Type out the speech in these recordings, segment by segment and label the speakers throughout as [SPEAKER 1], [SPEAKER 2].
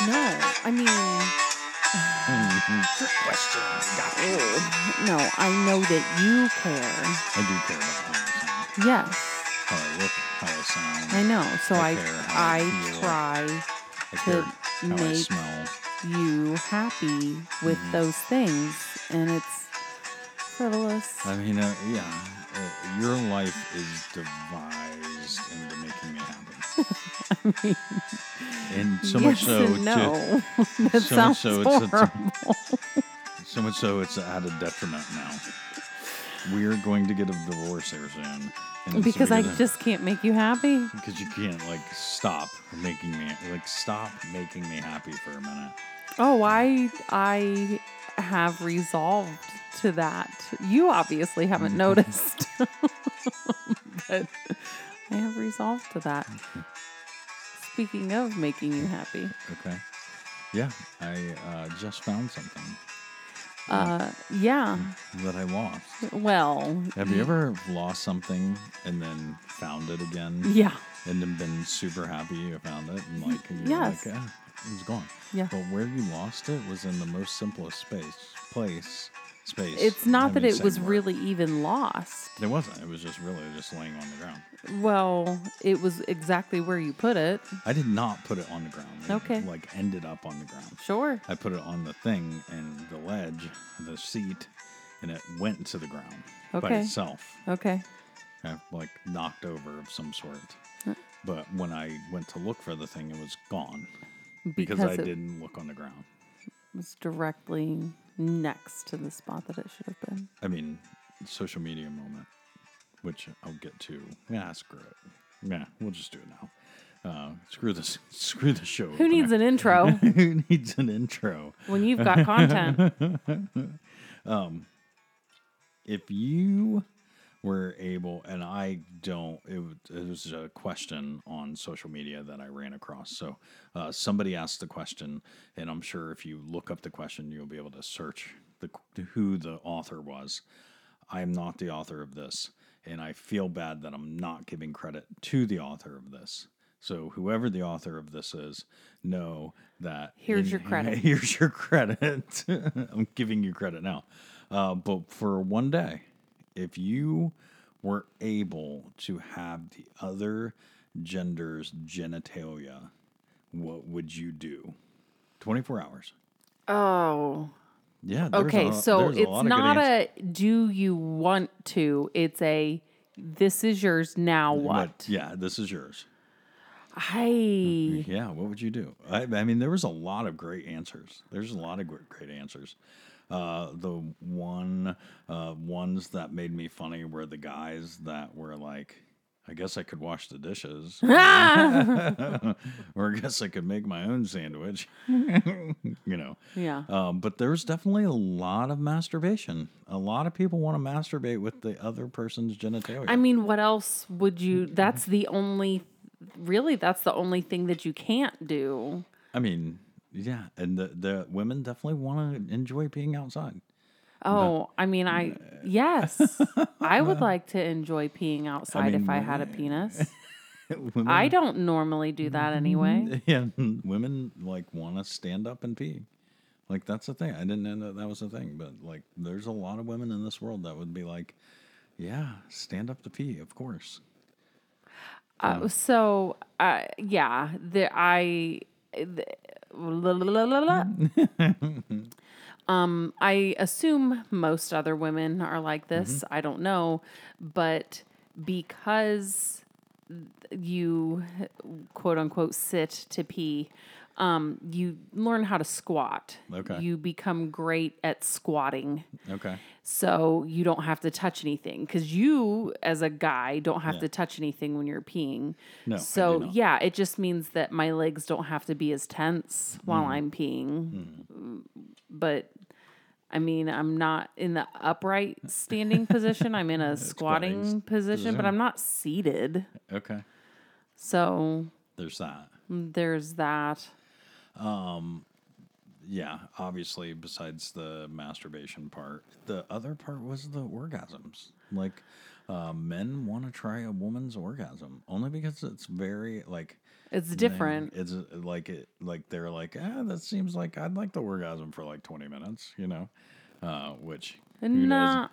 [SPEAKER 1] I mean.
[SPEAKER 2] Trick question.
[SPEAKER 1] Ew. No, I know that you care.
[SPEAKER 2] I do care about how I sound,
[SPEAKER 1] Yes,
[SPEAKER 2] how I look, how I sound.
[SPEAKER 1] I know. So
[SPEAKER 2] I
[SPEAKER 1] I
[SPEAKER 2] care how
[SPEAKER 1] I,
[SPEAKER 2] I feel. I
[SPEAKER 1] try
[SPEAKER 2] care
[SPEAKER 1] to
[SPEAKER 2] how I
[SPEAKER 1] make-
[SPEAKER 2] smell.
[SPEAKER 1] you happy with
[SPEAKER 2] Mhm.
[SPEAKER 1] those things, and it's frivolous.
[SPEAKER 2] I mean, uh, yeah, uh, your life is devised into making me happy. And so much
[SPEAKER 1] Yes
[SPEAKER 2] so,
[SPEAKER 1] and
[SPEAKER 2] to,
[SPEAKER 1] no, that
[SPEAKER 2] so much
[SPEAKER 1] sounds
[SPEAKER 2] so it's a-
[SPEAKER 1] horrible.
[SPEAKER 2] so much so it's at a detriment now. We're going to get a divorce here soon. And it's
[SPEAKER 1] because I
[SPEAKER 2] gonna-
[SPEAKER 1] just can't make you happy.
[SPEAKER 2] because you can't like stop making me like stop making me happy for a minute.
[SPEAKER 1] Oh, I I have resolved to that. You obviously
[SPEAKER 2] Mm-hmm.
[SPEAKER 1] haven't noticed. but I have resolved to that. Speaking of making you happy,
[SPEAKER 2] Okay. Yeah, I uh, just found something
[SPEAKER 1] uh, yeah.
[SPEAKER 2] that I lost.
[SPEAKER 1] Well,
[SPEAKER 2] Have you ever lost something and then found it again
[SPEAKER 1] yeah,
[SPEAKER 2] and then been super happy you found it and like you're
[SPEAKER 1] Yes.
[SPEAKER 2] like, yeah, it's gone.
[SPEAKER 1] yeah.
[SPEAKER 2] But where you lost it was in the most simplest space, place, space.
[SPEAKER 1] It's not
[SPEAKER 2] I
[SPEAKER 1] that
[SPEAKER 2] mean,
[SPEAKER 1] it
[SPEAKER 2] same
[SPEAKER 1] was
[SPEAKER 2] word.
[SPEAKER 1] really even lost.
[SPEAKER 2] It wasn't. It was just really just laying on the ground.
[SPEAKER 1] Well, it was exactly where you put it.
[SPEAKER 2] I did not put it on the ground. It,
[SPEAKER 1] Okay.
[SPEAKER 2] Like ended up on the ground.
[SPEAKER 1] Sure.
[SPEAKER 2] I put it on the thing and the ledge, the seat, and it went to the ground by
[SPEAKER 1] Okay.
[SPEAKER 2] itself.
[SPEAKER 1] Okay.
[SPEAKER 2] kind of, like knocked over of some sort. But when I went to look for the thing, it was gone because, I
[SPEAKER 1] it
[SPEAKER 2] didn't look on the ground.
[SPEAKER 1] was directly next to the spot that it should have been.
[SPEAKER 2] I mean, social media moment, which I'll get to. Yeah, screw it. Yeah, we'll just do it now. Uh, screw this. Screw the show.
[SPEAKER 1] Who needs an intro
[SPEAKER 2] it? Who needs an intro?
[SPEAKER 1] when you've got content?
[SPEAKER 2] If you were able, and I don't, it, was- it was a question on social media that I ran across. So uh, somebody asked the question, and I'm sure if you look up the question, you'll be able to search the, who the author was. I am not the author of this, and I feel bad that I'm not giving credit to the author of this. So whoever the author of this is, know that
[SPEAKER 1] Here's your credit.
[SPEAKER 2] Here's your credit. I'm giving you credit now. Uh, but for one day, if you were able to have the other gender's genitalia, what would you do? 24 hours.
[SPEAKER 1] Oh.
[SPEAKER 2] Yeah. there's
[SPEAKER 1] Okay,
[SPEAKER 2] a-
[SPEAKER 1] so
[SPEAKER 2] there's a lot
[SPEAKER 1] it's
[SPEAKER 2] of good
[SPEAKER 1] not
[SPEAKER 2] answers.
[SPEAKER 1] a do you want to? It's a this is yours now what?
[SPEAKER 2] But, yeah, this is yours.
[SPEAKER 1] I
[SPEAKER 2] Yeah, what would you do? I, I mean, there was a lot of great answers. There's a lot of gr- great answers. Uh, the one uh, ones that made me funny were the guys that were like, "I guess I could wash the dishes," or "I guess I could make my own sandwich," you know.
[SPEAKER 1] yeah.
[SPEAKER 2] Um, but there's definitely a lot of masturbation. A lot of people want to masturbate with the other person's genitalia.
[SPEAKER 1] I mean, what else would
[SPEAKER 2] Mm-hmm.
[SPEAKER 1] you? That's the only, really, that's the only thing that you can't do.
[SPEAKER 2] I mean, yeah, and the, the women definitely want to enjoy being outside.
[SPEAKER 1] Oh, I mean, I, yes, I would like to enjoy peeing outside if
[SPEAKER 2] mean,
[SPEAKER 1] I had a penis.
[SPEAKER 2] women,
[SPEAKER 1] I don't normally do that
[SPEAKER 2] Mm-hmm.
[SPEAKER 1] anyway.
[SPEAKER 2] yeah, women like want to stand up and pee. Like that's the thing. I didn't know that that was the thing, but like, there's a lot of women in this world that would be like, "Yeah, stand up to pee, of course."
[SPEAKER 1] Uh, so, uh, yeah, the, I, the, la, la, la, la, la. um, I assume most other women are like this. I don't know, but because you quote unquote sit to pee, um, you learn how to squat.
[SPEAKER 2] Okay.
[SPEAKER 1] You become great at squatting
[SPEAKER 2] Okay,
[SPEAKER 1] so you don't have to touch anything because you as a guy don't have to touch anything when you're peeing
[SPEAKER 2] No, I do
[SPEAKER 1] so
[SPEAKER 2] not.
[SPEAKER 1] yeah it just means that my legs don't have to be as tense while
[SPEAKER 2] Mm.
[SPEAKER 1] i'm peeing but i mean i'm not in the upright standing position i'm in a squatting,
[SPEAKER 2] Squatting
[SPEAKER 1] position but i'm not seated
[SPEAKER 2] okay.
[SPEAKER 1] so mm,
[SPEAKER 2] There's that.
[SPEAKER 1] there's that
[SPEAKER 2] Yeah, obviously. Besides the masturbation part, the other part was the orgasms. Like, uh, men want to try a woman's orgasm only because it's very like
[SPEAKER 1] It's
[SPEAKER 2] thing.
[SPEAKER 1] different.
[SPEAKER 2] It's uh, like it, like they're like, ah, that seems like I'd like the orgasm for like twenty minutes, you know, uh, which who doesn't?
[SPEAKER 1] Nah,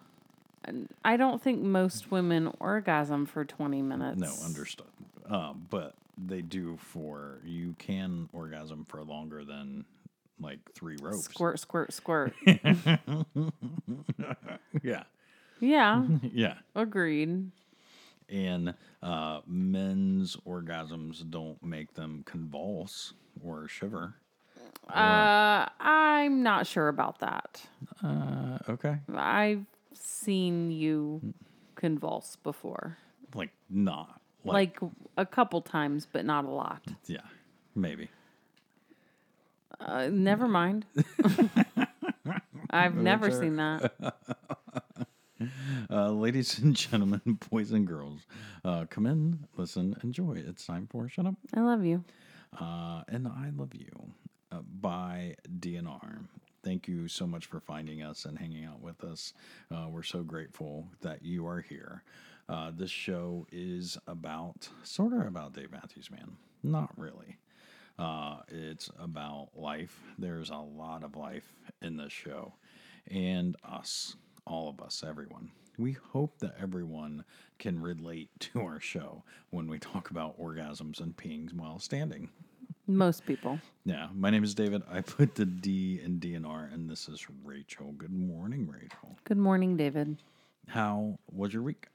[SPEAKER 1] I don't think most women orgasm for 20 minutes.
[SPEAKER 2] no understood, um, but they do for you can orgasm for longer than like three ropes.
[SPEAKER 1] Squirt, squirt, squirt.
[SPEAKER 2] Yeah,
[SPEAKER 1] yeah,
[SPEAKER 2] yeah,
[SPEAKER 1] agreed.
[SPEAKER 2] and uh, men's orgasms don't make them convulse or shiver.
[SPEAKER 1] Uh, I'm not sure about that.
[SPEAKER 2] Uh, okay,
[SPEAKER 1] I've seen you convulse before,
[SPEAKER 2] like not like
[SPEAKER 1] like a couple times, but not a lot.
[SPEAKER 2] yeah, maybe.
[SPEAKER 1] Uh, never mind. I've never seen that.
[SPEAKER 2] Uh, ladies and gentlemen, boys and girls, uh, come in, listen, enjoy. It's time for Shut Up
[SPEAKER 1] I love you.
[SPEAKER 2] uh, and I Love You uh, by DNR. Thank you so much for finding us and hanging out with us. Uh, we're so grateful that you are here. Uh, this show is about, sort of about Dave Matthews Band. Not really. Uh, it's about life. There's a lot of life in this show and us, all of us, everyone. We hope that everyone can relate to our show when we talk about orgasms and peeing while standing.
[SPEAKER 1] Most people.
[SPEAKER 2] Yeah, my name is David. I put the D in DNR, and this is Rachel. Good morning, Rachel.
[SPEAKER 1] Good morning, David.
[SPEAKER 2] How was your week?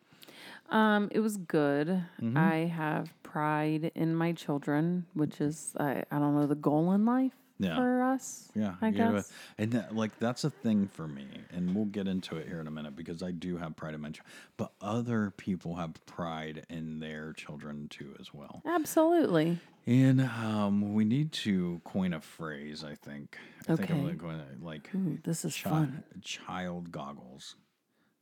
[SPEAKER 1] Um, it was good.
[SPEAKER 2] Mm-hmm.
[SPEAKER 1] I have pride in my children, which is I, I don't know the goal in life
[SPEAKER 2] Yeah.
[SPEAKER 1] for us.
[SPEAKER 2] Yeah,
[SPEAKER 1] I
[SPEAKER 2] you gotta-
[SPEAKER 1] guess.
[SPEAKER 2] and that, like that's a thing for me, and we'll get into it here in a minute because I do have pride in my, ch- but other people have pride in their children too as well.
[SPEAKER 1] Absolutely.
[SPEAKER 2] And um, we need to coin a phrase. I think. I think I'm
[SPEAKER 1] Okay.
[SPEAKER 2] gonna coin it, like
[SPEAKER 1] Ooh, this is
[SPEAKER 2] chi-
[SPEAKER 1] fun.
[SPEAKER 2] child goggles,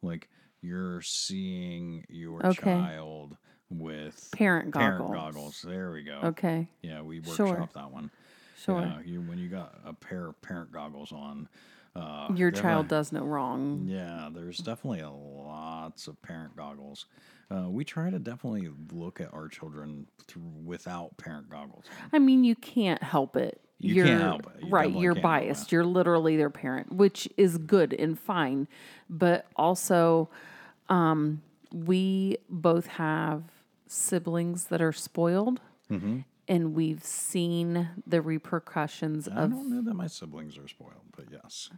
[SPEAKER 2] like you're seeing your
[SPEAKER 1] Okay.
[SPEAKER 2] child with
[SPEAKER 1] Parent
[SPEAKER 2] parent
[SPEAKER 1] goggles.
[SPEAKER 2] goggles. There we go.
[SPEAKER 1] Okay.
[SPEAKER 2] Yeah, we workshop
[SPEAKER 1] Sure.
[SPEAKER 2] that one.
[SPEAKER 1] Sure.
[SPEAKER 2] Yeah, you when you got a pair of parent goggles on. Uh,
[SPEAKER 1] Your
[SPEAKER 2] defi-
[SPEAKER 1] child does no wrong.
[SPEAKER 2] Yeah, there's definitely a lots of parent goggles. Uh, we try to definitely look at our children through without parent goggles.
[SPEAKER 1] I mean, you can't help it.
[SPEAKER 2] You
[SPEAKER 1] are
[SPEAKER 2] can't help it. You
[SPEAKER 1] right.
[SPEAKER 2] definitely
[SPEAKER 1] You're
[SPEAKER 2] can't help
[SPEAKER 1] biased. You're literally their parent, which is good and fine. But also, um, we both have siblings that are spoiled.
[SPEAKER 2] Mm-hmm.
[SPEAKER 1] And we've seen the repercussions
[SPEAKER 2] I
[SPEAKER 1] of
[SPEAKER 2] don't know that my siblings are spoiled, but yes.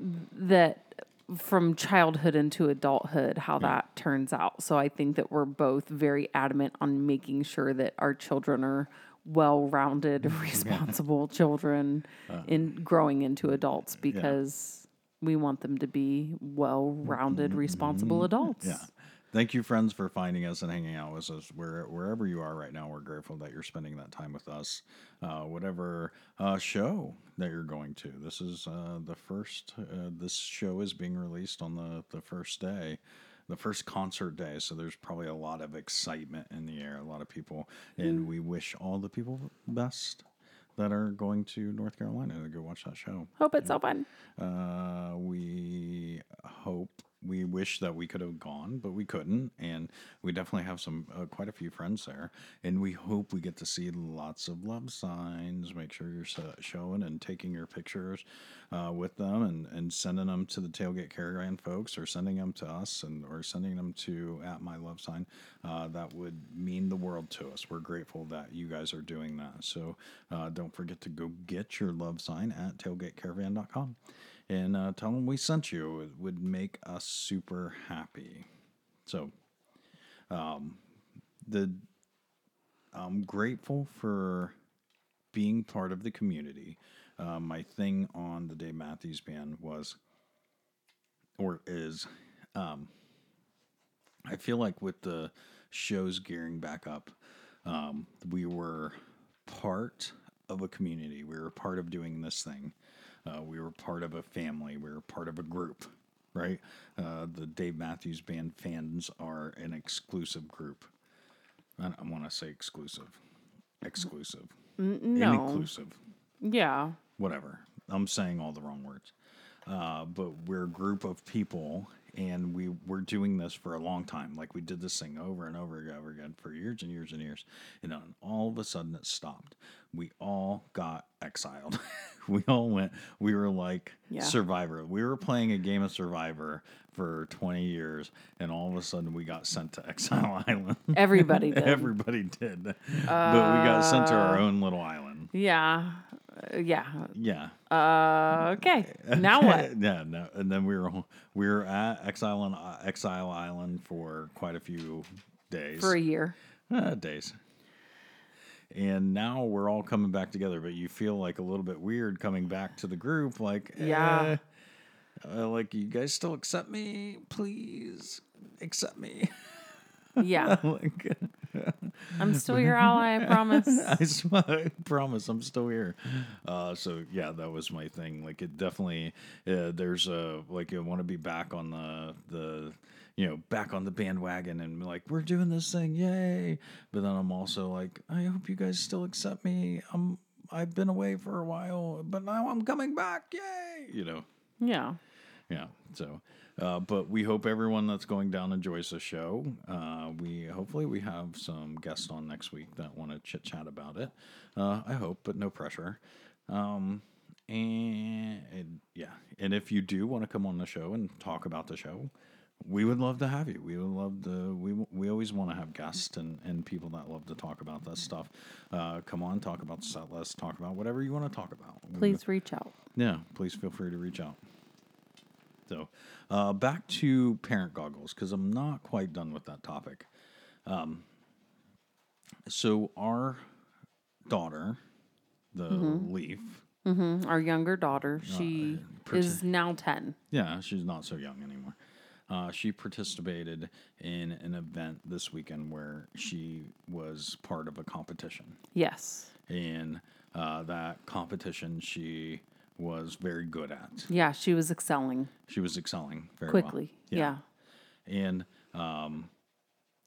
[SPEAKER 1] that from childhood into adulthood, how that turns out. So I think that we're both very adamant on making sure that our children are well rounded, responsible children in growing into adults because we want them to be well rounded, responsible adults.
[SPEAKER 2] Yeah. Thank you, friends, for finding us and hanging out with us. Where, wherever you are right now, we're grateful that you're spending that time with us. Uh, whatever uh, show that you're going to, this is uh, the first. Uh, this show is being released on the the first day, the first concert day. So there's probably a lot of excitement in the air. A lot of people, and we wish all the people best that are going to North Carolina to go watch that show.
[SPEAKER 1] Hope it's open.
[SPEAKER 2] Uh, we hope we wish that we could have gone, but we couldn't, and we definitely have some uh, quite a few friends there, and we hope we get to see lots of love signs. Make sure you're so- showing and taking your pictures uh, with them, and and sending them to the tailgate caravan folks, or sending them to us, and or sending them to at my love sign. Uh, that would mean the world to us. We're grateful that you guys are doing that. So uh, don't forget to go get your love sign at tailgatecaravan.com and uh, tell them we sent you. It would make us super happy. So, um, the I'm grateful for being part of the community. Uh, my thing on the Dave Matthews Band was, or is, um, I feel like with the shows gearing back up, um, we were part of a community. We were part of doing this thing. Uh, we were part of a family. We were part of a group, right? Uh, the Dave Matthews Band fans are an exclusive group. I, I want to say exclusive, exclusive,
[SPEAKER 1] No.
[SPEAKER 2] inclusive
[SPEAKER 1] Yeah.
[SPEAKER 2] whatever. I'm saying all the wrong words. uh, but we're a group of people and we were doing this for a long time. Like we did this thing over and over and over again for years and years and years. And then all of a sudden it stopped. We all got exiled. we all went, we were like
[SPEAKER 1] Yeah.
[SPEAKER 2] Survivor. We were playing a game of Survivor for 20 years and all of a sudden we got sent to Exile Island.
[SPEAKER 1] Everybody did. Uh.
[SPEAKER 2] Everybody did. but we got sent to our own little island.
[SPEAKER 1] yeah. Uh, yeah.
[SPEAKER 2] Yeah.
[SPEAKER 1] Uh, okay. Now what?
[SPEAKER 2] yeah, no, and then we were home- we were at Exile on uh, Exile Island for quite a few days,
[SPEAKER 1] For a year.
[SPEAKER 2] Uh, days, and now we're all coming back together. But you feel like a little bit weird coming back to the group, like
[SPEAKER 1] Yeah.
[SPEAKER 2] eh, uh, like you guys still accept me, please accept me.
[SPEAKER 1] Yeah.
[SPEAKER 2] like,
[SPEAKER 1] I'm still your ally, I promise.
[SPEAKER 2] I, swear, I promise I'm still here. Uh, so yeah, that was my thing. Like it definitely, uh, there's a like I want to be back on the the you know back on the bandwagon and like we're doing this thing, yay! But then I'm also like, I hope you guys still accept me. I'm I've been away for a while, but now I'm coming back, yay! You know.
[SPEAKER 1] Yeah.
[SPEAKER 2] Yeah. So, uh, but we hope everyone that's going down enjoys the show. Uh, we hopefully we have some guests on next week that want to chit chat about it. Uh, I hope, but no pressure. Um, and, and yeah, and if you do want to come on the show and talk about the show, we would love to have you. We would love to. We we always want to have guests and, and people that love to talk about this stuff. Uh, come on, talk about the set list, talk about whatever you want to talk about. We-
[SPEAKER 1] Please reach out.
[SPEAKER 2] yeah, please feel free to reach out. So, uh, back to parent goggles because I'm not quite done with that topic. Um, so our daughter, the leaf,
[SPEAKER 1] Mhm. Our younger daughter, she is now 10.
[SPEAKER 2] yeah, she's not so young anymore. Uh, she participated in an event this weekend where she was part of a competition.
[SPEAKER 1] Yes.
[SPEAKER 2] And uh, that competition she was very good at.
[SPEAKER 1] Yeah, she was excelling
[SPEAKER 2] She was excelling very well.
[SPEAKER 1] quickly. Yeah.
[SPEAKER 2] and um,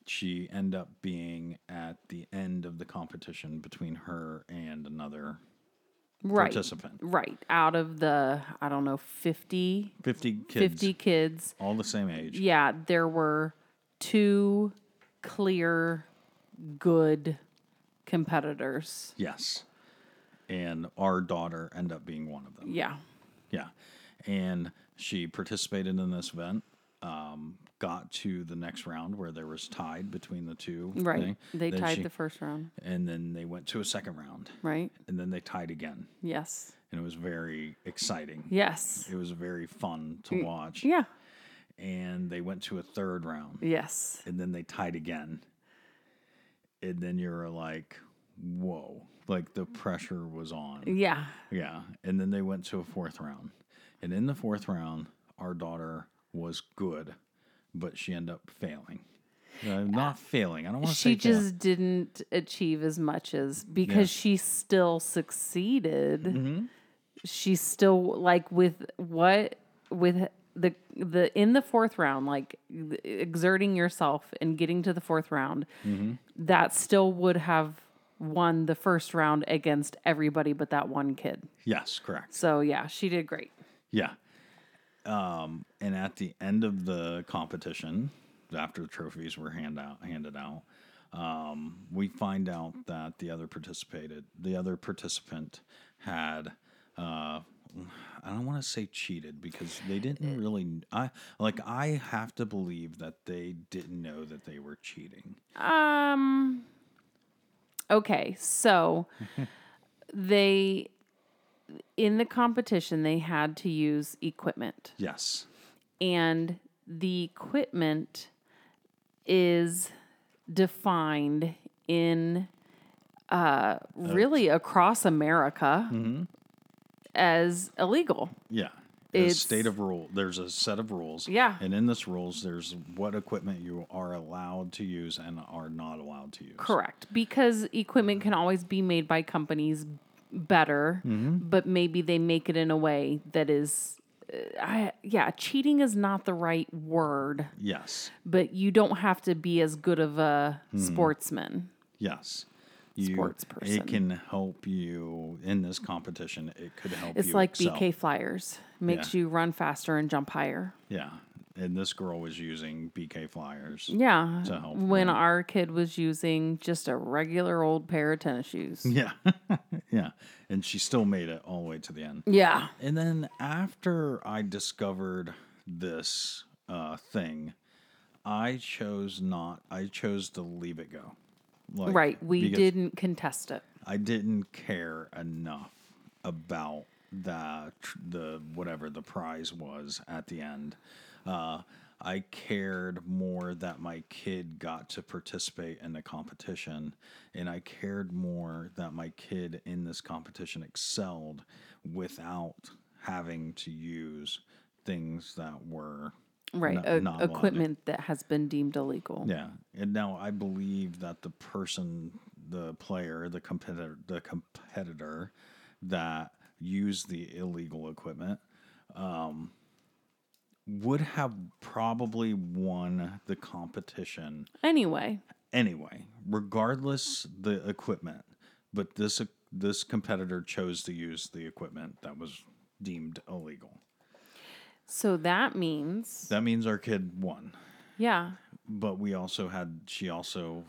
[SPEAKER 2] she end up being at the end of the competition between her and another
[SPEAKER 1] Right.
[SPEAKER 2] participant.
[SPEAKER 1] Right. Out of the, I don't know, 50,
[SPEAKER 2] Fifty kids,
[SPEAKER 1] 50 kids.
[SPEAKER 2] all the same age.
[SPEAKER 1] Yeah, there were two clear, good competitors.
[SPEAKER 2] Yes, and our daughter end up being one of them.
[SPEAKER 1] Yeah.
[SPEAKER 2] Yeah, and she participated in this event. Um, got to the next round where there was tied between the two.
[SPEAKER 1] Right.
[SPEAKER 2] thing.
[SPEAKER 1] They
[SPEAKER 2] Then
[SPEAKER 1] tied
[SPEAKER 2] she-
[SPEAKER 1] the first round.
[SPEAKER 2] and then they went to a second round,
[SPEAKER 1] Right.
[SPEAKER 2] and then they tied again,
[SPEAKER 1] Yes.
[SPEAKER 2] and it was very exciting.
[SPEAKER 1] Yes.
[SPEAKER 2] It was very fun to watch.
[SPEAKER 1] Mm. Yeah.
[SPEAKER 2] And they went to a third round
[SPEAKER 1] Yes.
[SPEAKER 2] and then they tied again. And then you're like, whoa. Like the pressure was on.
[SPEAKER 1] Yeah.
[SPEAKER 2] Yeah. And then they went to a fourth round. And in the fourth round, our daughter was good, but she ended up failing. Uh, not failing. I don't want to say
[SPEAKER 1] She
[SPEAKER 2] fail.
[SPEAKER 1] just didn't achieve as much as because she still succeeded. She still like with what with the the in the fourth round, like exerting yourself and getting to the fourth round, that still would have won the first round against everybody but that one kid.
[SPEAKER 2] Yes, correct.
[SPEAKER 1] So yeah, she did great.
[SPEAKER 2] Yeah. Um, and at the end of the competition, after the trophies were hand out, handed out, um, we find out that the other participated, the other participant had, uh, I don't want to say cheated because they didn't really. I like I have to believe that they didn't know that they were cheating.
[SPEAKER 1] Um. Okay, so they in the competition they had to use equipment,
[SPEAKER 2] Yes.
[SPEAKER 1] and the equipment is defined in uh, really across America as illegal.
[SPEAKER 2] Yeah. The
[SPEAKER 1] It's-
[SPEAKER 2] state of rule. There's a set of rules.
[SPEAKER 1] Yeah.
[SPEAKER 2] And in this rules, there's what equipment you are allowed to use and are not allowed to use.
[SPEAKER 1] Correct, because equipment can always be made by companies better, but maybe they make it in a way that is, uh, I, yeah, cheating is not the right word,
[SPEAKER 2] Yes.
[SPEAKER 1] but you don't have to be as good of a sportsman.
[SPEAKER 2] Yes. you.
[SPEAKER 1] Sports person.
[SPEAKER 2] It can help you in this competition. It could help you.
[SPEAKER 1] It's like
[SPEAKER 2] excel.
[SPEAKER 1] BK Flyers. Makes you run faster and jump higher.
[SPEAKER 2] Yeah. And this girl was using BK flyers.
[SPEAKER 1] Yeah.
[SPEAKER 2] To help
[SPEAKER 1] when our kid was using just a regular old pair of tennis shoes.
[SPEAKER 2] Yeah. yeah. And she still made it all the way to the end.
[SPEAKER 1] Yeah.
[SPEAKER 2] And then after I discovered this uh, thing, I chose not, I chose to leave it go. Like,
[SPEAKER 1] right. We
[SPEAKER 2] because
[SPEAKER 1] didn't contest it.
[SPEAKER 2] I didn't care enough about the tr- the whatever the prize was at the end. Uh, I cared more that my kid got to participate in the competition, and I cared more that my kid in this competition excelled without having to use things that were
[SPEAKER 1] Right.
[SPEAKER 2] not-
[SPEAKER 1] e-
[SPEAKER 2] not allowed to-
[SPEAKER 1] equipment that has been deemed illegal.
[SPEAKER 2] yeah, and now I believe that the person, the player, the competitor, the competitor that used the illegal equipment, um, would have probably won the competition
[SPEAKER 1] Anyway,
[SPEAKER 2] anyway, regardless the equipment. But this this competitor chose to use the equipment that was deemed illegal.
[SPEAKER 1] so that means
[SPEAKER 2] That means our kid won,
[SPEAKER 1] yeah,
[SPEAKER 2] but we also had she also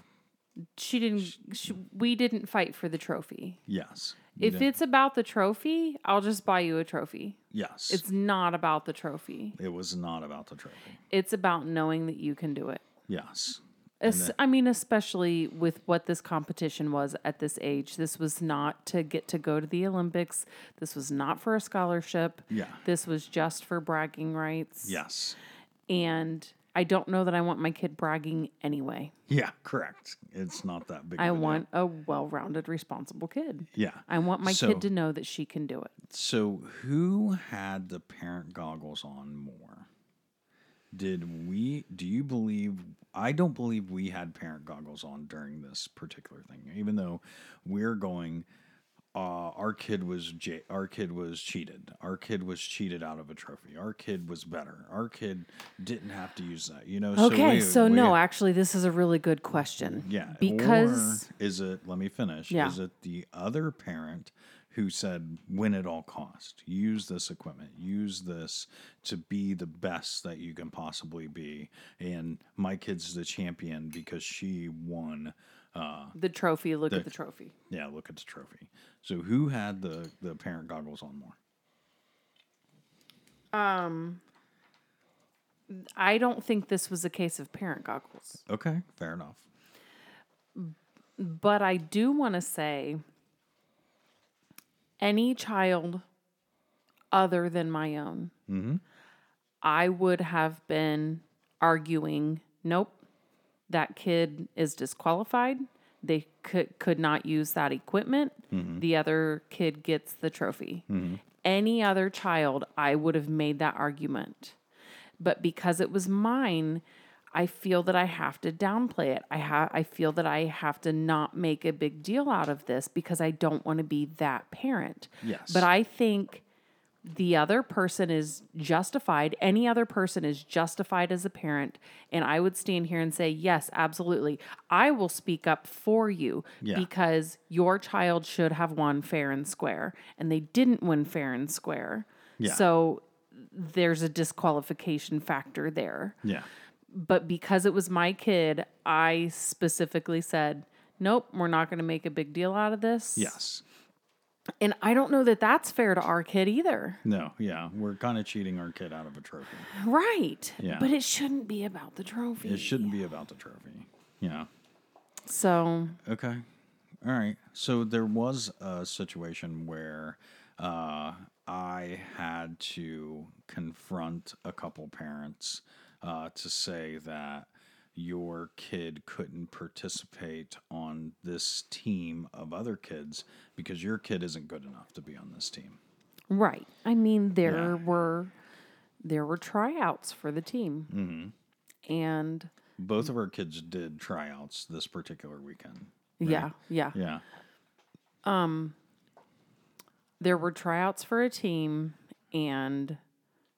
[SPEAKER 1] she didn't she, we didn't fight for the trophy.
[SPEAKER 2] yes.
[SPEAKER 1] If it's about the trophy, I'll just buy you a trophy.
[SPEAKER 2] Yes.
[SPEAKER 1] It's not about the trophy.
[SPEAKER 2] It was not about the trophy.
[SPEAKER 1] It's about knowing that you can do it.
[SPEAKER 2] Yes.
[SPEAKER 1] Es- I mean, especially with what this competition was at this age. This was not to get to go to the Olympics. This was not for a scholarship.
[SPEAKER 2] Yeah.
[SPEAKER 1] This was just for bragging rights.
[SPEAKER 2] Yes.
[SPEAKER 1] And I don't know that I want my kid bragging anyway.
[SPEAKER 2] Yeah, correct. It's not that big.
[SPEAKER 1] I
[SPEAKER 2] of a deal.
[SPEAKER 1] want a well rounded, responsible kid.
[SPEAKER 2] Yeah.
[SPEAKER 1] I want my
[SPEAKER 2] So-
[SPEAKER 1] kid to know that she can do it.
[SPEAKER 2] So, who had the parent goggles on more? Did we, do you believe, I don't believe we had parent goggles on during this particular thing, even though we're going, uh, our kid was, j- our kid was cheated. Our kid was cheated out of a trophy. Our kid was better. Our kid didn't have to use that, you know?
[SPEAKER 1] Okay,
[SPEAKER 2] we-
[SPEAKER 1] so,
[SPEAKER 2] we-
[SPEAKER 1] no, actually, this is a really good question.
[SPEAKER 2] Yeah.
[SPEAKER 1] Because
[SPEAKER 2] or is it let me finish.
[SPEAKER 1] Yeah.
[SPEAKER 2] Is it the other parent who said win at all cost, use this equipment, use this to be the best that you can possibly be and my kid's the champion because she won uh
[SPEAKER 1] the trophy, look at the trophy.
[SPEAKER 2] yeah, look at the trophy. So who had the the parent goggles on more?
[SPEAKER 1] I don't think this was a case of parent goggles.
[SPEAKER 2] Okay, fair enough.
[SPEAKER 1] But I do want to say any child other than my own, I would have been arguing, nope, that kid is disqualified. They could, could not use that equipment. The other kid gets the trophy. Any other child, I would have made that argument but because it was mine i feel that i have to downplay it i have i feel that i have to not make a big deal out of this because i don't want to be that parent
[SPEAKER 2] Yes.
[SPEAKER 1] but i think the other person is justified any other person is justified as a parent and i would stand here and say yes absolutely i will speak up for you
[SPEAKER 2] Yeah.
[SPEAKER 1] because your child should have won fair and square and they didn't win fair and square
[SPEAKER 2] Yeah.
[SPEAKER 1] so there's a disqualification factor there.
[SPEAKER 2] Yeah.
[SPEAKER 1] But because it was my kid, I specifically said, nope, we're not going to make a big deal out of this.
[SPEAKER 2] Yes.
[SPEAKER 1] And I don't know that that's fair to our kid either.
[SPEAKER 2] No, yeah. We're kind of cheating our kid out of a trophy.
[SPEAKER 1] Right.
[SPEAKER 2] Yeah.
[SPEAKER 1] But it shouldn't be about the trophy.
[SPEAKER 2] It shouldn't be about the trophy. Yeah.
[SPEAKER 1] So,
[SPEAKER 2] Okay. All right. So there was a situation where uh, I had to confront a couple parents uh, to say that your kid couldn't participate on this team of other kids because your kid isn't good enough to be on this team.
[SPEAKER 1] right. I mean, there were there were tryouts for the team.
[SPEAKER 2] Mm-hmm.
[SPEAKER 1] And
[SPEAKER 2] Both of our kids did tryouts this particular weekend.
[SPEAKER 1] yeah, yeah.
[SPEAKER 2] Yeah.
[SPEAKER 1] there were tryouts for a team and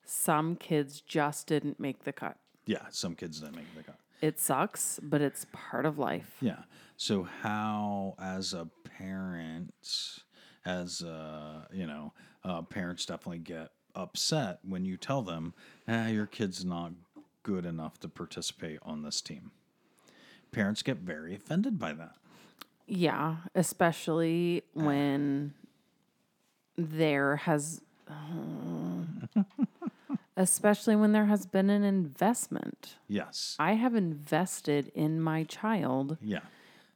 [SPEAKER 1] some kids just didn't make the cut.
[SPEAKER 2] Yeah. Some kids didn't make the cut.
[SPEAKER 1] It sucks, but it's part of life.
[SPEAKER 2] Yeah. So how, as a parent, as uh, you know, uh, parents definitely get upset when you tell them, "Ah, your kid's not good enough to participate on this team." Parents get very offended by that.
[SPEAKER 1] Yeah, especially when there has especially when there has been an investment.
[SPEAKER 2] Yes.
[SPEAKER 1] I have invested in my child.
[SPEAKER 2] Yeah.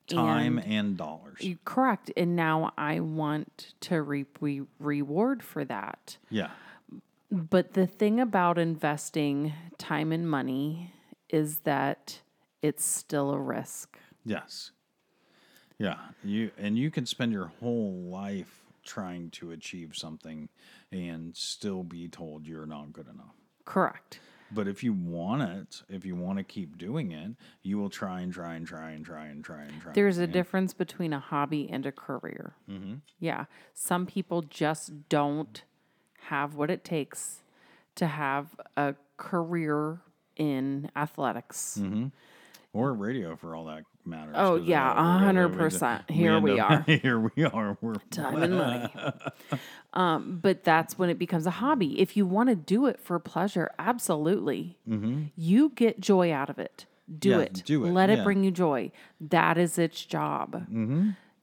[SPEAKER 2] Time and, dollars.
[SPEAKER 1] You- Correct. And now I want to reap we reward for that.
[SPEAKER 2] yeah.
[SPEAKER 1] But the thing about investing time and money is that it's still a risk.
[SPEAKER 2] Yes. Yeah. You and you can spend your whole life trying to achieve something and still be told you're not good enough.
[SPEAKER 1] Correct.
[SPEAKER 2] But if you want it, if you want to keep doing it, you will try and try and try and try and try and try.
[SPEAKER 1] There's a difference between a hobby and a career.
[SPEAKER 2] Mm-hmm.
[SPEAKER 1] Yeah. Some people just don't have what it takes to have a career in athletics.
[SPEAKER 2] Mm-hmm. or radio for all that matter.
[SPEAKER 1] Oh,
[SPEAKER 2] 'cause
[SPEAKER 1] yeah,
[SPEAKER 2] we end up- we end up-
[SPEAKER 1] 100%. Here we
[SPEAKER 2] end up-
[SPEAKER 1] are.
[SPEAKER 2] here we are. We're
[SPEAKER 1] Time and money. um, but that's when it becomes a hobby. If you want to do it for pleasure, absolutely. You get joy out of it. Do
[SPEAKER 2] Mm-hmm. Yeah,
[SPEAKER 1] it.
[SPEAKER 2] do it,
[SPEAKER 1] Let
[SPEAKER 2] yeah. Mm-hmm.
[SPEAKER 1] it bring you joy. That is its job.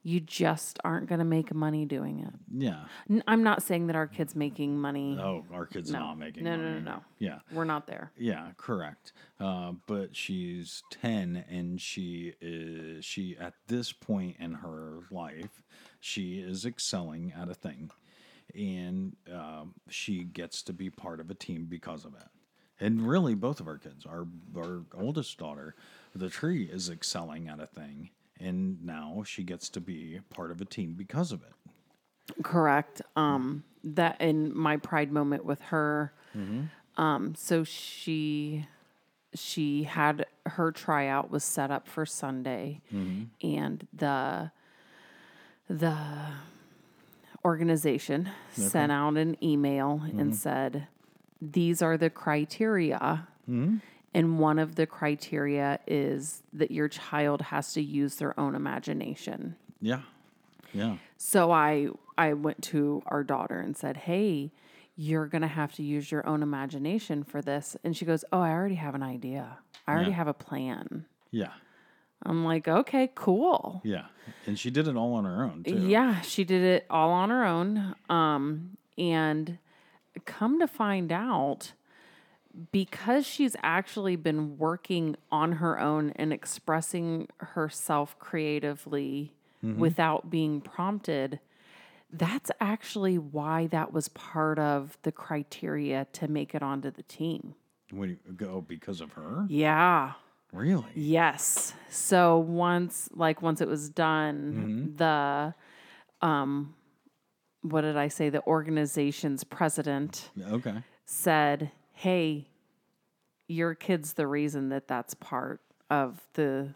[SPEAKER 1] You just aren't going to make money doing it.
[SPEAKER 2] yeah.
[SPEAKER 1] N- I'm not saying that our kids making money.
[SPEAKER 2] Oh, our kid's not making.
[SPEAKER 1] no, no,
[SPEAKER 2] money.
[SPEAKER 1] no, no.
[SPEAKER 2] Yeah.
[SPEAKER 1] We're not there.
[SPEAKER 2] Yeah, correct. Uh, but she's ten, and she is she at this point in her life, she is excelling at a thing, and um, she gets to be part of a team because of it. And really, both of our kids, our our oldest daughter, the tree is excelling at a thing, and now she gets to be part of a team because of it.
[SPEAKER 1] Correct. Um, that in my pride moment with her. Um, so she she had her tryout was set up for Sunday, and the the organization sent out an email and said, "These are the criteria." And one of the criteria is that your child has to use their own imagination.
[SPEAKER 2] Yeah, yeah,
[SPEAKER 1] So I I went to our daughter and said, "Hey, you're going to have to use your own imagination for this." And she goes, "Oh, I already have an idea. I already
[SPEAKER 2] Yeah.
[SPEAKER 1] have a plan."
[SPEAKER 2] yeah,
[SPEAKER 1] I'm like, "Okay, cool."
[SPEAKER 2] yeah. And she did it all on her own too.
[SPEAKER 1] Yeah, she did it all on her own. Um and come to find out because she's actually been working on her own and expressing herself creatively without being prompted, that's actually why that was part of the criteria to make it onto the team.
[SPEAKER 2] What do you go because of her?
[SPEAKER 1] Yeah.
[SPEAKER 2] Really?
[SPEAKER 1] Yes. So once like once it was done, the um what did I say? The organization's president
[SPEAKER 2] Okay.
[SPEAKER 1] said, "Hey, your kid's the reason that that's part of the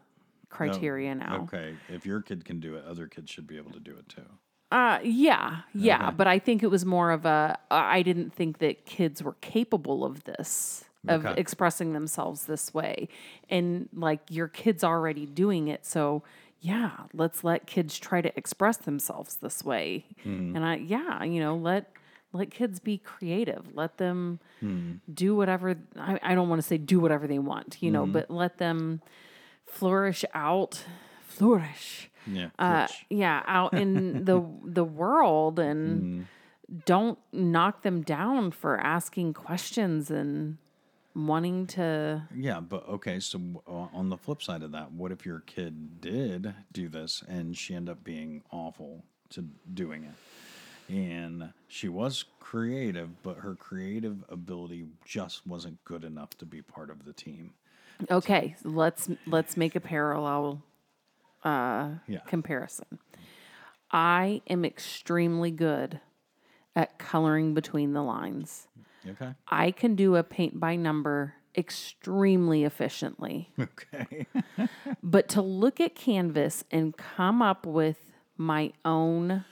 [SPEAKER 1] criteria now."
[SPEAKER 2] Okay. If your kid can do it, other kids should be able to do it too.
[SPEAKER 1] Uh, yeah, yeah, but I think it was more of a uh, I didn't think that kids were capable of this of
[SPEAKER 2] Okay.
[SPEAKER 1] expressing themselves this way, and like your kids already doing it, so. Yeah, let's let kids try to express themselves this way. And I yeah, you know, let let kids be creative. Let them do whatever I, I don't want to say do whatever they want, you know, but let them flourish out flourish
[SPEAKER 2] Yeah.
[SPEAKER 1] uh,
[SPEAKER 2] rich.
[SPEAKER 1] yeah, out in the the world and don't knock them down for asking questions and wanting to
[SPEAKER 2] yeah. But okay. So uh, on the flip side of that, what if your kid did do this and she ended up being awful to doing it? And she was creative, but her creative ability just wasn't good enough to be part of the team.
[SPEAKER 1] okay, let's let's make a parallel
[SPEAKER 2] Yeah.
[SPEAKER 1] comparison. I am extremely good at coloring between the lines.
[SPEAKER 2] Okay.
[SPEAKER 1] I can do a paint by number extremely efficiently.
[SPEAKER 2] Okay.
[SPEAKER 1] but to look at canvas and come up with my own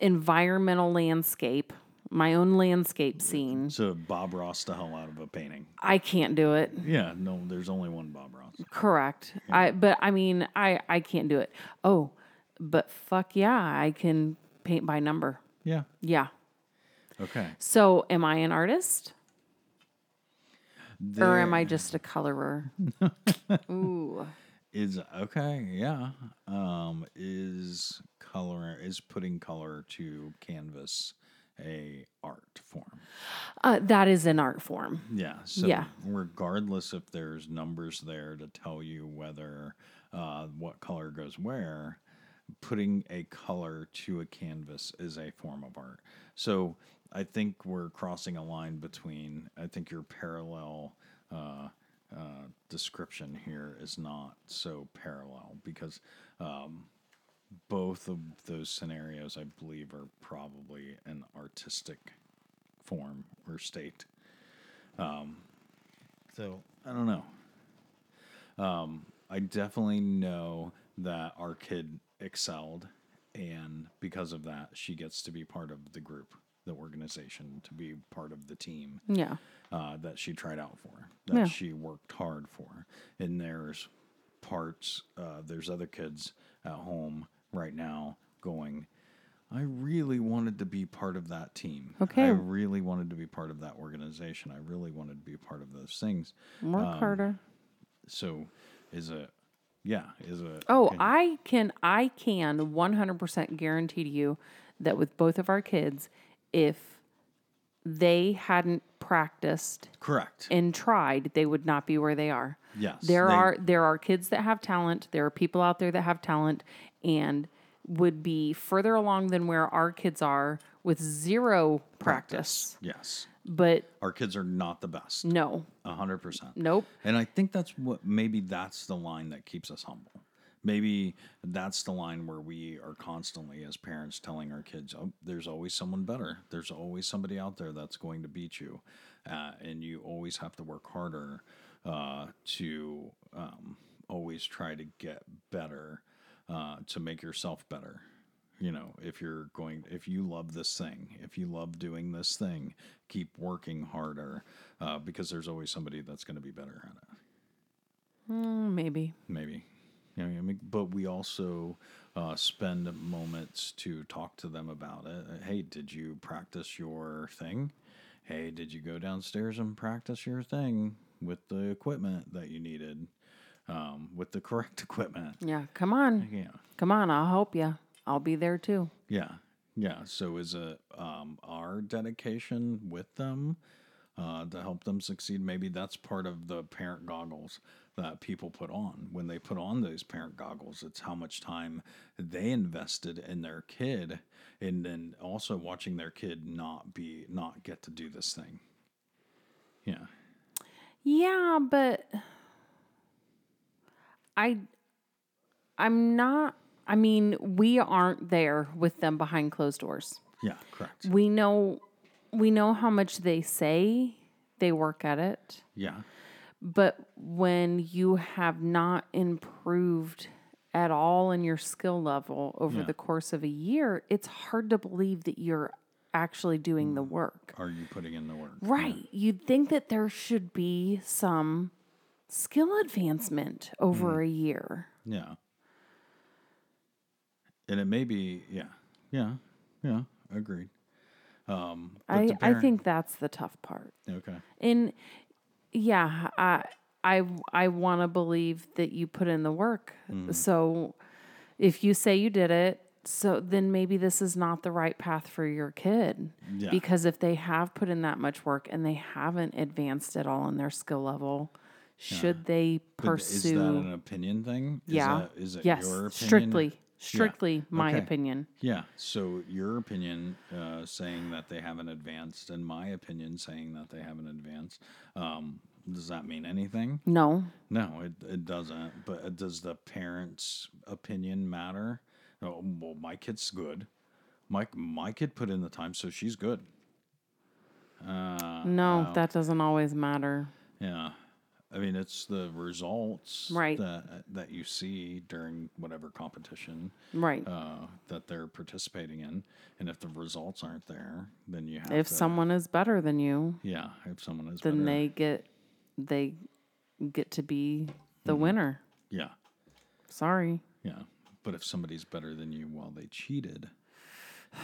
[SPEAKER 1] environmental landscape my own landscape scene.
[SPEAKER 2] So Bob Ross the hell out of a painting.
[SPEAKER 1] I can't do it.
[SPEAKER 2] Yeah, no, there's only one Bob Ross.
[SPEAKER 1] Correct. I but I mean I I can't do it. Oh, but fuck yeah, I can paint by number.
[SPEAKER 2] Yeah.
[SPEAKER 1] Yeah.
[SPEAKER 2] Okay.
[SPEAKER 1] So am I an artist? Or am I just a colorer? Ooh.
[SPEAKER 2] is okay yeah um is color is putting color to canvas a art form
[SPEAKER 1] Uh, that is an art form.
[SPEAKER 2] yeah so
[SPEAKER 1] Yeah.
[SPEAKER 2] regardless if there's numbers there to tell you whether uh, what color goes where putting a color to a canvas is a form of art so i think we're crossing a line between i think your parallel uh, uh, description here is not so parallel because um, both of those scenarios, I believe, are probably an artistic form or state. Um, so I don't know. Um, I definitely know that our kid excelled, and because of that, she gets to be part of the group, the organization, to be part of the team
[SPEAKER 1] Yeah.
[SPEAKER 2] uh, that she tried out for, that
[SPEAKER 1] Yeah.
[SPEAKER 2] she worked hard for. And there's parts, uh, there's other kids at home right now going, I really wanted to be part of that team. I
[SPEAKER 1] Okay.
[SPEAKER 2] really wanted to be part of that organization. I really wanted to be part of those things.
[SPEAKER 1] Work harder.
[SPEAKER 2] So is it, yeah, is it,
[SPEAKER 1] Oh, I can I can 100% guarantee to you that with both of our kids, if they hadn't practiced
[SPEAKER 2] correct.
[SPEAKER 1] and tried, they would not be where they are.
[SPEAKER 2] Yes,
[SPEAKER 1] There
[SPEAKER 2] they-
[SPEAKER 1] are there are kids that have talent, there are people out there that have talent and would be further along than where our kids are with zero practice.
[SPEAKER 2] Yes.
[SPEAKER 1] But
[SPEAKER 2] Our kids are not the best.
[SPEAKER 1] no.
[SPEAKER 2] A 100%.
[SPEAKER 1] Nope.
[SPEAKER 2] And I think that's what maybe that's the line that keeps us humble. Maybe that's the line where we are constantly, as parents, telling our kids, oh, there's always someone better. There's always somebody out there that's going to beat you. Uh, and you always have to work harder uh, to um, always try to get better, uh, to make yourself better. You know, if you're going, if you love this thing, if you love doing this thing, keep working harder uh, because there's always somebody that's going to be better at it
[SPEAKER 1] Mm, maybe.
[SPEAKER 2] maybe. You know, what I mean? but we also uh, spend moments to talk to them about it. Uh, Hey, did you practice your thing? Hey, did you go downstairs and practice your thing with the equipment that you needed, um, with the correct equipment?
[SPEAKER 1] Yeah, come on.
[SPEAKER 2] Yeah,
[SPEAKER 1] Come on, I'll help you. I'll be there too.
[SPEAKER 2] yeah, yeah. So is it um, our dedication with them uh, to help them succeed? Maybe that's part of the parent goggles that people put on. When they put on those parent goggles, it's how much time they invested in their kid, and then also watching their kid not be not get to do this thing. Yeah,
[SPEAKER 1] Yeah, but I I'm not I mean, we aren't there with them behind closed doors.
[SPEAKER 2] yeah, correct.
[SPEAKER 1] We know we know how much they say they work at it,
[SPEAKER 2] Yeah,
[SPEAKER 1] but when you have not improved at all in your skill level over the course of a year, it's hard to believe that you're actually doing the work.
[SPEAKER 2] are you putting in the work?
[SPEAKER 1] Right. You'd think that there should be some skill advancement over
[SPEAKER 2] Mm.
[SPEAKER 1] a year.
[SPEAKER 2] Yeah. And it may be, yeah, yeah, yeah, agreed. Um, but
[SPEAKER 1] I,
[SPEAKER 2] the
[SPEAKER 1] I
[SPEAKER 2] parent-
[SPEAKER 1] think that's the tough part.
[SPEAKER 2] okay,
[SPEAKER 1] And yeah, I I I want to believe that you put in the work.
[SPEAKER 2] Mm.
[SPEAKER 1] So if you say you did it, so then maybe this is not the right path for your kid.
[SPEAKER 2] Yeah.
[SPEAKER 1] Because if they have put in that much work and they haven't advanced at all in their skill level, should they
[SPEAKER 2] But is
[SPEAKER 1] pursue
[SPEAKER 2] that an opinion thing? Is
[SPEAKER 1] Yeah.
[SPEAKER 2] that, is it
[SPEAKER 1] yes.
[SPEAKER 2] your opinion?
[SPEAKER 1] Strictly, strictly my
[SPEAKER 2] Okay.
[SPEAKER 1] opinion.
[SPEAKER 2] Yeah. So your opinion uh, saying that they haven't advanced, and my opinion saying that they haven't advanced. Um, does that mean anything?
[SPEAKER 1] No.
[SPEAKER 2] No, it, it doesn't. But uh, does the parents' opinion matter? Oh, well, my kid's good. My my kid put in the time, so she's good. Uh,
[SPEAKER 1] No, that doesn't always matter.
[SPEAKER 2] Yeah. I mean, it's the results
[SPEAKER 1] Right.
[SPEAKER 2] that that you see during whatever competition
[SPEAKER 1] Right.
[SPEAKER 2] uh, that they're participating in, and if the results aren't there, then you have
[SPEAKER 1] if
[SPEAKER 2] to,
[SPEAKER 1] someone is better than you,
[SPEAKER 2] yeah, if someone is
[SPEAKER 1] then
[SPEAKER 2] better,
[SPEAKER 1] they get they get to be
[SPEAKER 2] Mm-hmm.
[SPEAKER 1] the winner.
[SPEAKER 2] yeah,
[SPEAKER 1] Sorry.
[SPEAKER 2] yeah. But if somebody's better than you while they cheated,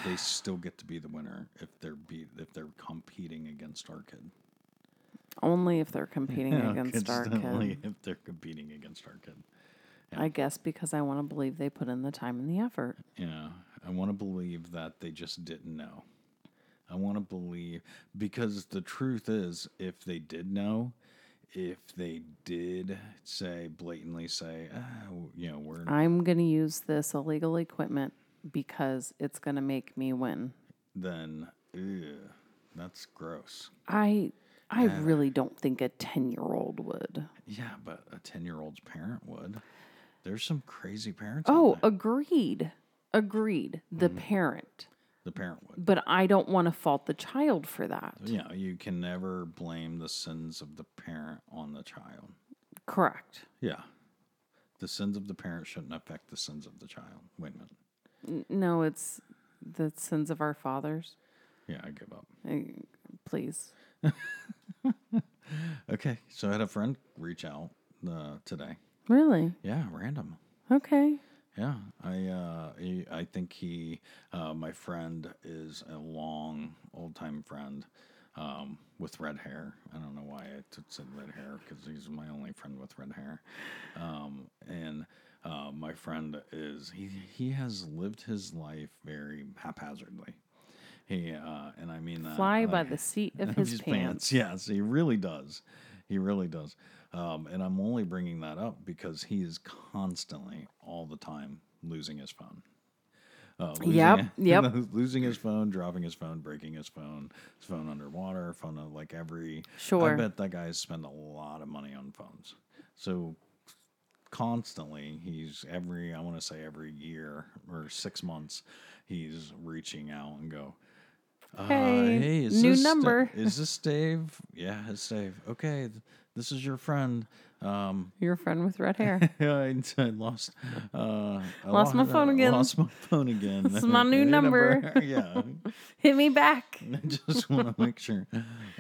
[SPEAKER 2] they still get to be the winner if they're beat if they're competing against our kid.
[SPEAKER 1] Only if they're competing
[SPEAKER 2] Yeah,
[SPEAKER 1] against our
[SPEAKER 2] constantly
[SPEAKER 1] kid.
[SPEAKER 2] if they're competing against our kid.
[SPEAKER 1] I guess because I want to believe they put in the time and the effort.
[SPEAKER 2] Yeah, I want to believe that they just didn't know. I want to believe because the truth is, if they did know, if they did say blatantly say, ah, w- you know, we're
[SPEAKER 1] I'm going to use this illegal equipment because it's going to make me win.
[SPEAKER 2] then, ew, that's gross.
[SPEAKER 1] I I really don't think a 10-year-old would.
[SPEAKER 2] Yeah, but a ten year old's parent would. There's some crazy parents. out
[SPEAKER 1] Oh,
[SPEAKER 2] there.
[SPEAKER 1] agreed. Agreed. The
[SPEAKER 2] Mm.
[SPEAKER 1] parent.
[SPEAKER 2] the parent would.
[SPEAKER 1] But I don't want to fault the child for that.
[SPEAKER 2] You know, you can never blame the sins of the parent on the child.
[SPEAKER 1] Correct.
[SPEAKER 2] Yeah. The sins of the parent shouldn't affect the sins of the child. Wait a minute.
[SPEAKER 1] N- No, it's the sins of our fathers.
[SPEAKER 2] Yeah, I give up.
[SPEAKER 1] I- Please.
[SPEAKER 2] Okay, so I had a friend reach out uh, today.
[SPEAKER 1] Really?
[SPEAKER 2] Yeah, random.
[SPEAKER 1] Okay.
[SPEAKER 2] Yeah, I uh, he, I think he, uh, my friend, is a long old time friend um, with red hair. I don't know why I t- said red hair because he's my only friend with red hair. Um, and uh, my friend is he he has lived his life very haphazardly. He uh, and I mean that
[SPEAKER 1] Fly by
[SPEAKER 2] like-
[SPEAKER 1] the seat of
[SPEAKER 2] of
[SPEAKER 1] his, pants.
[SPEAKER 2] Yes, he really does. He really does. Um, and I'm only bringing that up because he is constantly, all the time, losing his phone. Uh, losing
[SPEAKER 1] Yep, yep.
[SPEAKER 2] losing his phone, dropping his phone, breaking his phone, his phone underwater, phone uh, like every.
[SPEAKER 1] Sure.
[SPEAKER 2] I bet that guy spent a lot of money on phones. So constantly he's every i want to say every year or six months he's reaching out and go uh,
[SPEAKER 1] Hey, new
[SPEAKER 2] this Da-
[SPEAKER 1] number."
[SPEAKER 2] is this dave yeah it's dave okay th- this is your friend um
[SPEAKER 1] Your friend with red hair.
[SPEAKER 2] I I lost, uh, I
[SPEAKER 1] Lost my phone again.
[SPEAKER 2] Lost my phone again.
[SPEAKER 1] This is my new number.
[SPEAKER 2] yeah,
[SPEAKER 1] Hit me back.
[SPEAKER 2] I just want to make sure.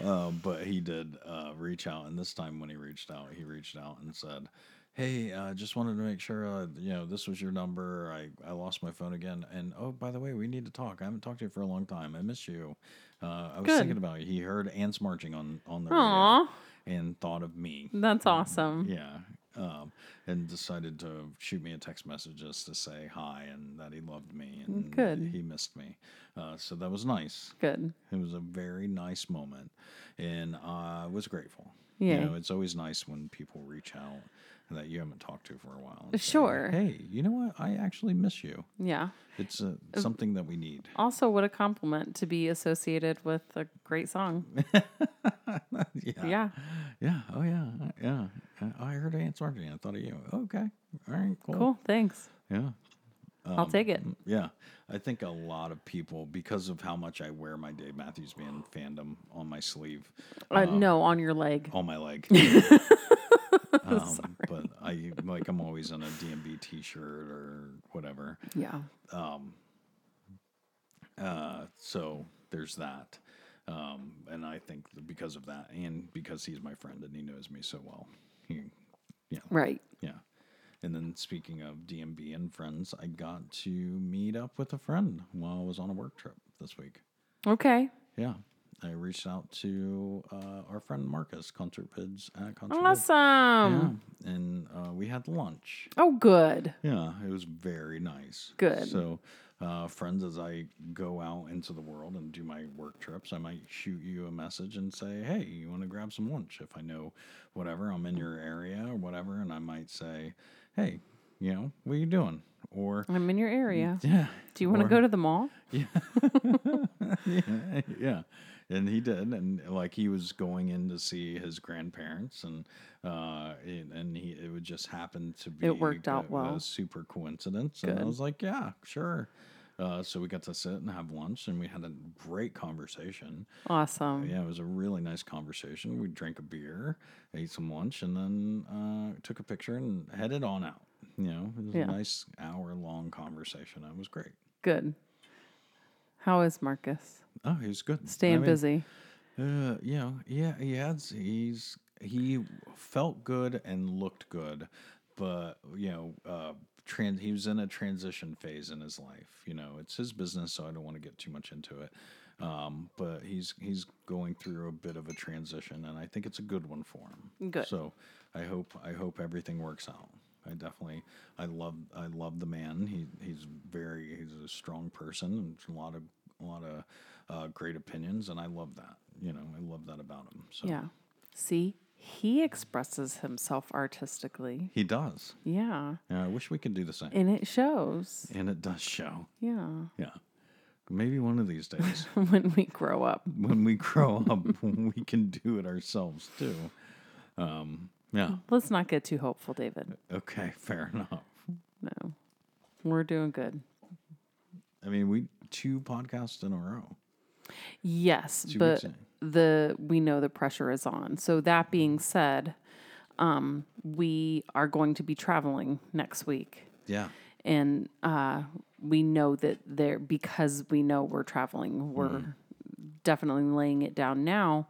[SPEAKER 2] Uh, but he did uh, reach out, and this time when he reached out, he reached out and said, "Hey, uh, just wanted to make sure uh, you know this was your number. I I lost my phone again, and oh by the way, we need to talk. I haven't talked to you for a long time. I miss you. Uh, I was
[SPEAKER 1] Good.
[SPEAKER 2] thinking about you. He heard ants marching on on the
[SPEAKER 1] Aw, Mm.
[SPEAKER 2] radio and thought of me.
[SPEAKER 1] that's awesome.
[SPEAKER 2] Yeah." Um, and decided to shoot me a text message just to say hi and that he loved me and
[SPEAKER 1] Good.
[SPEAKER 2] he missed me. Uh, so that was nice.
[SPEAKER 1] Good.
[SPEAKER 2] It was a very nice moment, and I was grateful.
[SPEAKER 1] Yeah.
[SPEAKER 2] You know, it's always nice when people reach out that you haven't talked to for a while. and say,
[SPEAKER 1] Sure.
[SPEAKER 2] hey, you know what? I actually miss you.
[SPEAKER 1] Yeah.
[SPEAKER 2] It's uh something that we need.
[SPEAKER 1] Also, what a compliment to be associated with a great song.
[SPEAKER 2] yeah.
[SPEAKER 1] Yeah.
[SPEAKER 2] Yeah. Oh, yeah. Yeah. Uh, I heard Aunt Margie. I thought of you. Okay. All right. Cool.
[SPEAKER 1] Cool. Thanks.
[SPEAKER 2] Yeah.
[SPEAKER 1] I'll
[SPEAKER 2] Um,
[SPEAKER 1] take it.
[SPEAKER 2] Yeah. I think a lot of people, because of how much I wear my Dave Matthews Band fandom on my sleeve,
[SPEAKER 1] Uh, no, on your leg.
[SPEAKER 2] on my leg. um, but I like I'm always on a DMB T-shirt or whatever.
[SPEAKER 1] Yeah.
[SPEAKER 2] Uh, so there's that, um, and I think that because of that, and because he's my friend and he knows me so well, he,
[SPEAKER 1] Right.
[SPEAKER 2] yeah. And then speaking of DMB and friends, I got to meet up with a friend while I was on a work trip this week.
[SPEAKER 1] Okay.
[SPEAKER 2] Yeah. I reached out to uh, our friend Marcus, Concert Bids at Concert Bids.
[SPEAKER 1] Awesome.
[SPEAKER 2] Yeah. And uh, we had lunch.
[SPEAKER 1] Oh, good.
[SPEAKER 2] Yeah, it was very nice.
[SPEAKER 1] Good.
[SPEAKER 2] So, uh, friends, as I go out into the world and do my work trips, I might shoot you a message and say, "Hey, you want to grab some lunch?" If I know whatever I'm in your area or whatever, and I might say, "Hey, you know, what are you doing?" Or
[SPEAKER 1] I'm in your area.
[SPEAKER 2] yeah,
[SPEAKER 1] Do you want to
[SPEAKER 2] Mm, or-
[SPEAKER 1] go to the mall?
[SPEAKER 2] yeah, yeah. And he did, and like he was going in to see his grandparents, and uh, and, and he it would just happen to be
[SPEAKER 1] worked out
[SPEAKER 2] a
[SPEAKER 1] well.
[SPEAKER 2] super coincidence, and I
[SPEAKER 1] Good.
[SPEAKER 2] was like, yeah, sure. Uh, so we got to sit and have lunch, and we had a great conversation.
[SPEAKER 1] Awesome.
[SPEAKER 2] Oh, Yeah, it was a really nice conversation. We drank a beer, ate some lunch, and then uh, took a picture and headed on out. You know, it was
[SPEAKER 1] Yeah.
[SPEAKER 2] a nice hour long conversation. It was great.
[SPEAKER 1] Good. How is Marcus?
[SPEAKER 2] Oh, he was good.
[SPEAKER 1] Staying
[SPEAKER 2] I mean,
[SPEAKER 1] busy.
[SPEAKER 2] Uh, you know, yeah, he has. He's he felt good and looked good, but you know, uh, trans. He was in a transition phase in his life. You know, it's his business, so I don't want to get too much into it. Um, but he's he's going through a bit of a transition, and I think it's a good one for him.
[SPEAKER 1] Good.
[SPEAKER 2] So I hope I hope everything works out. I definitely I love I love the man. He he's very he's a strong person and a lot of a lot of uh, great opinions, and I love that. You know, I love that about him. So
[SPEAKER 1] Yeah. See, he expresses himself artistically.
[SPEAKER 2] he does.
[SPEAKER 1] Yeah.
[SPEAKER 2] Yeah, I wish we could do the same,
[SPEAKER 1] And it shows.
[SPEAKER 2] and it does show.
[SPEAKER 1] Yeah.
[SPEAKER 2] Yeah, maybe one of these days
[SPEAKER 1] when we grow up.
[SPEAKER 2] when we grow up, we can do it ourselves too. Um, yeah.
[SPEAKER 1] Let's not get too hopeful, David.
[SPEAKER 2] Okay. Fair enough.
[SPEAKER 1] No. We're doing good.
[SPEAKER 2] I mean, we two podcasts in a row.
[SPEAKER 1] Yes,
[SPEAKER 2] See what I'm
[SPEAKER 1] but
[SPEAKER 2] saying?
[SPEAKER 1] the we know the pressure is on. So that being said, um, we are going to be traveling next week,
[SPEAKER 2] Yeah.
[SPEAKER 1] and uh, we know that there because we know we're traveling, we're
[SPEAKER 2] Mm.
[SPEAKER 1] definitely laying it down now.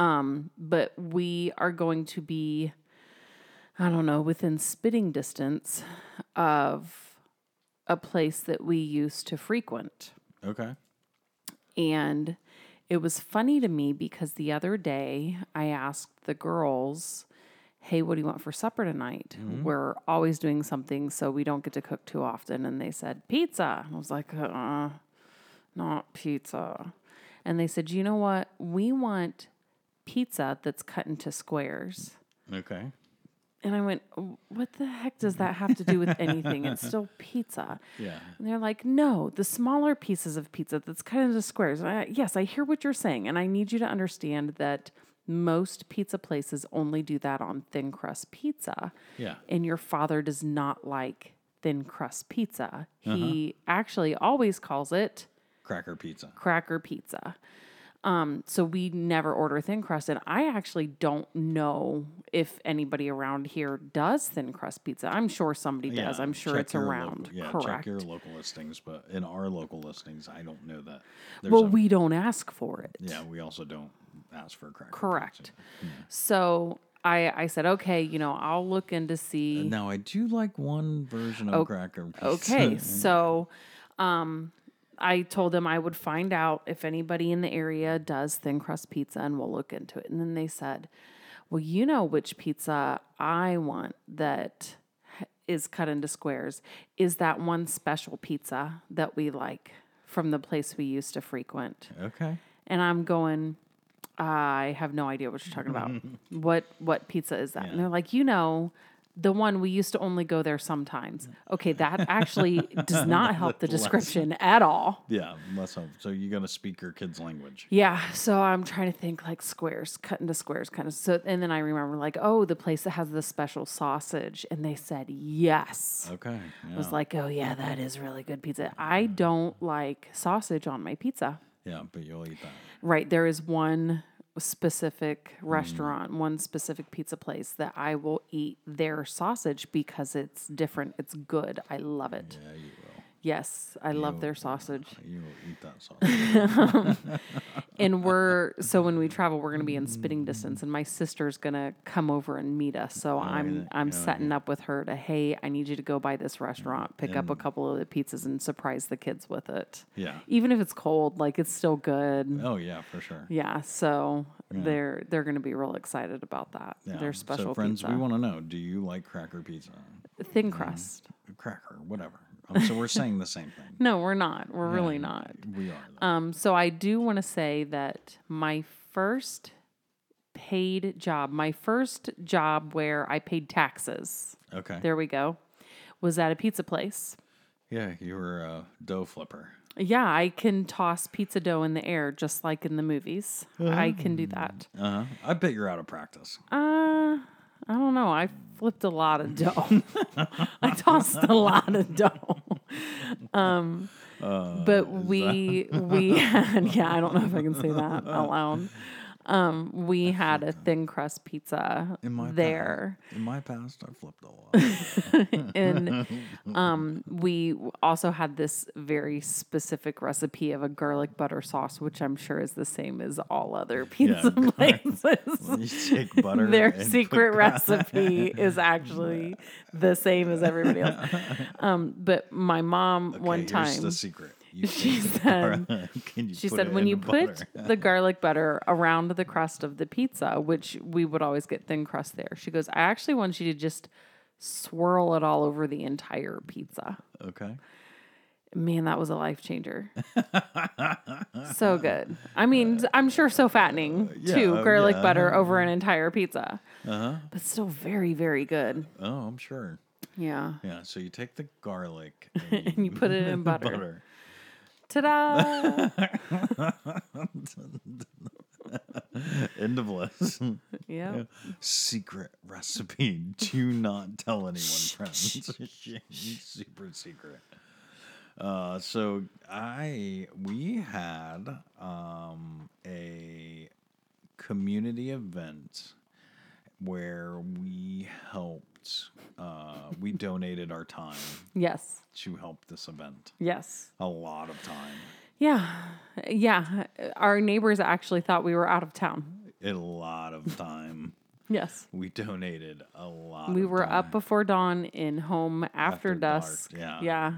[SPEAKER 1] Um, but we are going to be, I don't know, within spitting distance of a place that we used to frequent.
[SPEAKER 2] Okay.
[SPEAKER 1] And it was funny to me because the other day I asked the girls, Hey, what do you want for supper tonight? We're always doing something, so we don't get to cook too often. And they said, Pizza. And I was like, Uh, not pizza. And they said, You know what? We want pizza that's cut into squares.
[SPEAKER 2] Okay.
[SPEAKER 1] And I went, What the heck does that have to do with anything? It's still pizza.
[SPEAKER 2] Yeah.
[SPEAKER 1] And they're like, no, the smaller pieces of pizza that's cut into squares. And I, yes, I hear what you're saying. And I need you to understand that most pizza places only do that on thin crust pizza.
[SPEAKER 2] Yeah.
[SPEAKER 1] And your father does not like thin crust pizza. He
[SPEAKER 2] Uh-huh.
[SPEAKER 1] actually always calls it
[SPEAKER 2] Cracker pizza.
[SPEAKER 1] cracker pizza. Um, so we never order thin crust, and I actually don't know if anybody around here does thin crust pizza. I'm sure somebody does.
[SPEAKER 2] Yeah,
[SPEAKER 1] I'm sure
[SPEAKER 2] check
[SPEAKER 1] it's
[SPEAKER 2] your
[SPEAKER 1] around.
[SPEAKER 2] Local, yeah,
[SPEAKER 1] Correct.
[SPEAKER 2] check your local listings, but in our local listings, I don't know that. There's
[SPEAKER 1] well,
[SPEAKER 2] a-
[SPEAKER 1] we don't ask for it.
[SPEAKER 2] yeah, Mm. we also don't ask for a cracker.
[SPEAKER 1] Correct. So I I said, okay, you know, I'll look into see.
[SPEAKER 2] Pizza. Now I do like one version of cracker pizza.
[SPEAKER 1] okay, so um, I told them I would find out if anybody in the area does thin crust pizza, and we'll look into it. And then they said, well, you know which pizza I want that is cut into squares is that one special pizza that we like from the place we used to frequent.
[SPEAKER 2] Okay.
[SPEAKER 1] and I'm going, I have no idea what you're talking about. what what pizza is that? And they're like, you know, the one we used to only go there sometimes. Okay, that actually does not help the description at all.
[SPEAKER 2] Yeah, less help. So you got to speak your kid's language.
[SPEAKER 1] Yeah, so I'm trying to think like squares, cut into squares, kind of. So, and then I remember like, oh, the place that has the special sausage, and they said yes.
[SPEAKER 2] Okay. Oh, Yeah.
[SPEAKER 1] I was like, oh yeah, that is really good pizza. I don't like sausage on my pizza.
[SPEAKER 2] yeah, but you'll eat that.
[SPEAKER 1] Right. There is one specific restaurant, one specific pizza place that I will eat their sausage because it's different. It's good. I love it.
[SPEAKER 2] Yeah, you will.
[SPEAKER 1] Yes, I love their sausage.
[SPEAKER 2] You will eat that sauce.
[SPEAKER 1] And we're so when we travel, we're going to be in spitting distance, and my sister's going to come over and meet us. So I'm I'm setting up with her to hey, I need you to go by this restaurant, pick up a couple of the pizzas, and surprise the kids with it.
[SPEAKER 2] Yeah.
[SPEAKER 1] Even if it's cold, like it's still good.
[SPEAKER 2] oh yeah, for sure.
[SPEAKER 1] Yeah, so they're they're going to be real excited about that.
[SPEAKER 2] Yeah.
[SPEAKER 1] Their special
[SPEAKER 2] So friends,
[SPEAKER 1] pizza,
[SPEAKER 2] we want to know: Do you like cracker pizza?
[SPEAKER 1] thin crust.
[SPEAKER 2] Cracker, whatever. Um, so we're saying the same thing.
[SPEAKER 1] No, we're not. We're really not.
[SPEAKER 2] We are. though.
[SPEAKER 1] Um, so I do want to say that my first paid job, my first job where I paid taxes,
[SPEAKER 2] okay.
[SPEAKER 1] there we go, was at a pizza place.
[SPEAKER 2] Yeah, you were a dough flipper.
[SPEAKER 1] Yeah, I can toss pizza dough in the air just like in the movies. I can do that.
[SPEAKER 2] Uh huh. I bet you're out of practice.
[SPEAKER 1] Uh, I don't know. I flipped a lot of dough. I tossed a lot of dough. Um,
[SPEAKER 2] Uh,
[SPEAKER 1] but we we had yeah i don't know if i can say that out loud um, we had a thin crust pizza
[SPEAKER 2] In my
[SPEAKER 1] there
[SPEAKER 2] past, in my past, I flipped a lot.
[SPEAKER 1] and um, we also had this very specific recipe of a garlic butter sauce which i'm sure is the same as all other pizza
[SPEAKER 2] garlic-
[SPEAKER 1] places
[SPEAKER 2] you take butter. and
[SPEAKER 1] their
[SPEAKER 2] put
[SPEAKER 1] secret
[SPEAKER 2] gar-
[SPEAKER 1] recipe is actually the same as everybody else um, but my mom
[SPEAKER 2] Okay,
[SPEAKER 1] one
[SPEAKER 2] here's
[SPEAKER 1] time
[SPEAKER 2] the secret. You
[SPEAKER 1] she
[SPEAKER 2] take the
[SPEAKER 1] said-
[SPEAKER 2] gar- Can you
[SPEAKER 1] She
[SPEAKER 2] put
[SPEAKER 1] said
[SPEAKER 2] it
[SPEAKER 1] when
[SPEAKER 2] in
[SPEAKER 1] you
[SPEAKER 2] the
[SPEAKER 1] put
[SPEAKER 2] butter?"
[SPEAKER 1] the garlic butter around the crust of the pizza, which we would always get thin crust there, she goes, I actually want you to just swirl it all over the entire pizza.
[SPEAKER 2] Okay.
[SPEAKER 1] Man, that was a life changer. so good. I mean, I'm sure so fattening too.
[SPEAKER 2] Uh, yeah,
[SPEAKER 1] garlic
[SPEAKER 2] yeah. Uh-huh.
[SPEAKER 1] butter over an entire pizza. But still very, very good.
[SPEAKER 2] Oh, I'm sure.
[SPEAKER 1] Yeah.
[SPEAKER 2] Yeah. So you take the garlic and you
[SPEAKER 1] And you put it in butter.
[SPEAKER 2] butter.
[SPEAKER 1] Ta da!
[SPEAKER 2] End of list.
[SPEAKER 1] yeah.
[SPEAKER 2] secret recipe. Do not tell anyone, friends. Super secret. Uh, so I we had um, a community event where we helped. Uh, we donated our time
[SPEAKER 1] Yes.
[SPEAKER 2] to help this event.
[SPEAKER 1] Yes.
[SPEAKER 2] A lot of time.
[SPEAKER 1] Yeah. Yeah. Our neighbors actually thought we were out of town.
[SPEAKER 2] A lot of time.
[SPEAKER 1] Yes.
[SPEAKER 2] We donated a lot.
[SPEAKER 1] We
[SPEAKER 2] of
[SPEAKER 1] were
[SPEAKER 2] time
[SPEAKER 1] up before dawn in home after,
[SPEAKER 2] After dark,
[SPEAKER 1] dusk.
[SPEAKER 2] yeah.
[SPEAKER 1] Yeah.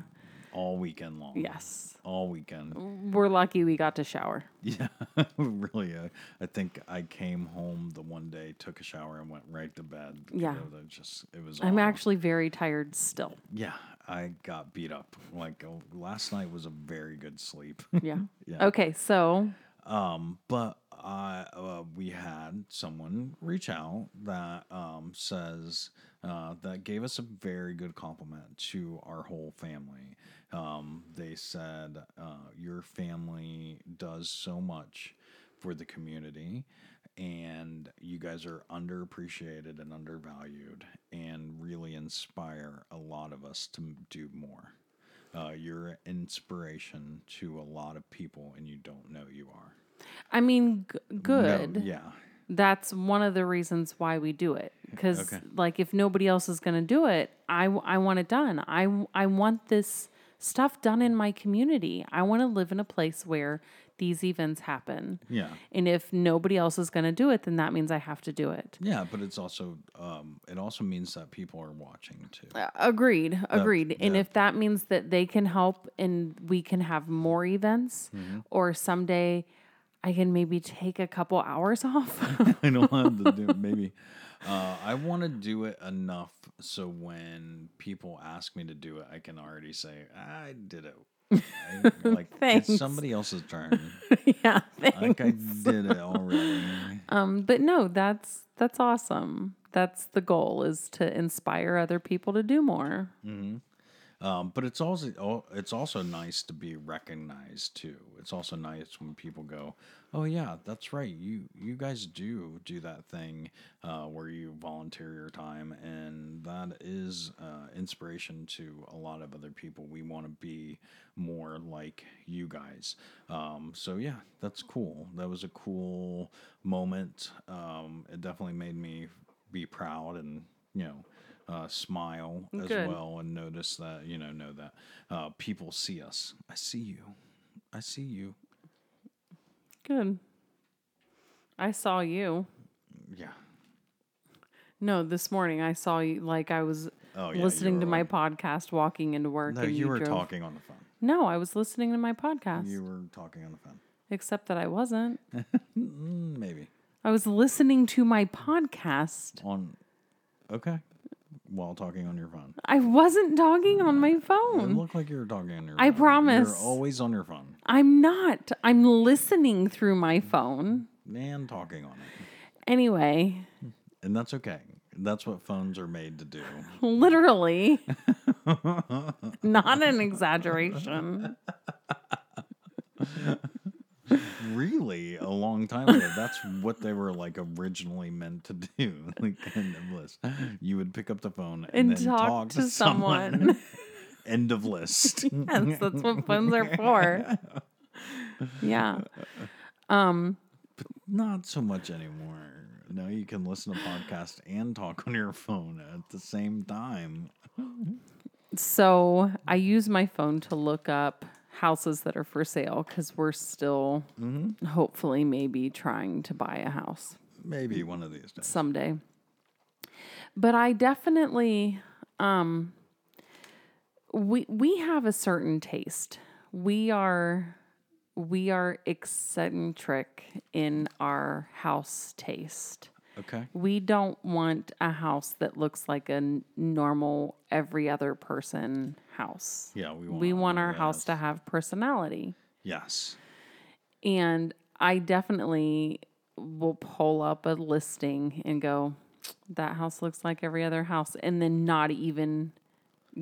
[SPEAKER 2] all weekend long.
[SPEAKER 1] Yes.
[SPEAKER 2] All weekend.
[SPEAKER 1] We're lucky we got to shower.
[SPEAKER 2] Yeah, really. I, I think I came home the one day, took a shower, and went right to bed. because
[SPEAKER 1] Yeah.
[SPEAKER 2] of the- just it was.
[SPEAKER 1] I'm
[SPEAKER 2] all-
[SPEAKER 1] actually very tired still.
[SPEAKER 2] Yeah, I got beat up. Like oh, last night was a very good sleep.
[SPEAKER 1] Yeah.
[SPEAKER 2] Yeah.
[SPEAKER 1] Okay. So,
[SPEAKER 2] um, but I uh, we had someone reach out that um says uh, that gave us a very good compliment to our whole family. Um, they said uh, your family does so much for the community and you guys are underappreciated and undervalued and really inspire a lot of us to m- do more uh, you're an inspiration to a lot of people and you don't know you are
[SPEAKER 1] I mean, g-
[SPEAKER 2] No,
[SPEAKER 1] good.
[SPEAKER 2] yeah
[SPEAKER 1] That's one of the reasons why we do it. Because,
[SPEAKER 2] Okay.
[SPEAKER 1] like, if nobody else is going to do it, I, w- I want it done. I, w- I want this stuff done in my community. I want to live in a place where these events happen.
[SPEAKER 2] yeah
[SPEAKER 1] And if nobody else is going to do it, then that means I have to do it.
[SPEAKER 2] yeah but it's also um, it also means that people are watching too
[SPEAKER 1] Agreed. Agreed. And
[SPEAKER 2] yeah.
[SPEAKER 1] if that means that they can help and we can have more events,
[SPEAKER 2] Mm-hmm.
[SPEAKER 1] or someday I can maybe take a couple hours off.
[SPEAKER 2] I don't want to do it, maybe. Uh, I want to do it enough so when people ask me to do it, I can already say I did it. I- like
[SPEAKER 1] Thanks.
[SPEAKER 2] it's somebody else's turn.
[SPEAKER 1] yeah. thank-
[SPEAKER 2] Like I did it already.
[SPEAKER 1] Um, but no, that's that's awesome. That's the goal is to inspire other people to do more.
[SPEAKER 2] Um, but it's also oh, it's also nice to be recognized too. It's also nice when people go, "Oh yeah, that's right. You you guys do do that thing uh, where you volunteer your time, and that is uh, inspiration to a lot of other people. We want to be more like you guys. Um, so yeah, that's cool. That was a cool moment. Um, it definitely made me be proud and you know uh, smile as
[SPEAKER 1] Good.
[SPEAKER 2] well Oh, and notice that you know know that uh, people see us. I see you. I see you.
[SPEAKER 1] Good. I saw you.
[SPEAKER 2] Yeah.
[SPEAKER 1] No, this morning I saw you like I was
[SPEAKER 2] Oh, yeah, you
[SPEAKER 1] listening to
[SPEAKER 2] were
[SPEAKER 1] my
[SPEAKER 2] on-
[SPEAKER 1] podcast walking into work.
[SPEAKER 2] No,
[SPEAKER 1] and
[SPEAKER 2] you, were
[SPEAKER 1] drove-
[SPEAKER 2] talking on the phone.
[SPEAKER 1] No, I was listening to my podcast.
[SPEAKER 2] You were talking on the phone.
[SPEAKER 1] Except that I wasn't.
[SPEAKER 2] Mm, Maybe
[SPEAKER 1] I was listening to my podcast.
[SPEAKER 2] on. Okay. While talking on your phone,
[SPEAKER 1] I wasn't talking on my
[SPEAKER 2] it
[SPEAKER 1] phone.
[SPEAKER 2] looked like you were talking on your.
[SPEAKER 1] Um, I
[SPEAKER 2] phone.
[SPEAKER 1] promise.
[SPEAKER 2] You're always on your phone
[SPEAKER 1] I'm not. I'm listening through my phone.
[SPEAKER 2] and talking on it,
[SPEAKER 1] Anyway,
[SPEAKER 2] and that's okay. That's what phones are made to do.
[SPEAKER 1] literally, not an exaggeration.
[SPEAKER 2] really a long time ago. That's what they were like originally meant to do. Like kind of list. You would pick up the phone and,
[SPEAKER 1] And
[SPEAKER 2] then
[SPEAKER 1] talk, to someone.
[SPEAKER 2] and end of list.
[SPEAKER 1] Yes, that's what puns are for. Yeah.
[SPEAKER 2] Not so much anymore. Now you can listen to podcasts and talk on your phone at the same time.
[SPEAKER 1] So I use my phone to look up houses that are for sale because we're still hopefully maybe trying to buy a house
[SPEAKER 2] Maybe one of these days.
[SPEAKER 1] someday. But I definitely um we we have a certain taste. We are we are eccentric in our house taste.
[SPEAKER 2] Okay.
[SPEAKER 1] We don't want a house that looks like a n- normal every other person house.
[SPEAKER 2] Yeah, we want
[SPEAKER 1] we
[SPEAKER 2] a
[SPEAKER 1] want our
[SPEAKER 2] little
[SPEAKER 1] house to have personality.
[SPEAKER 2] Yes.
[SPEAKER 1] And I definitely will pull up a listing and go, that house looks like every other house, and then not even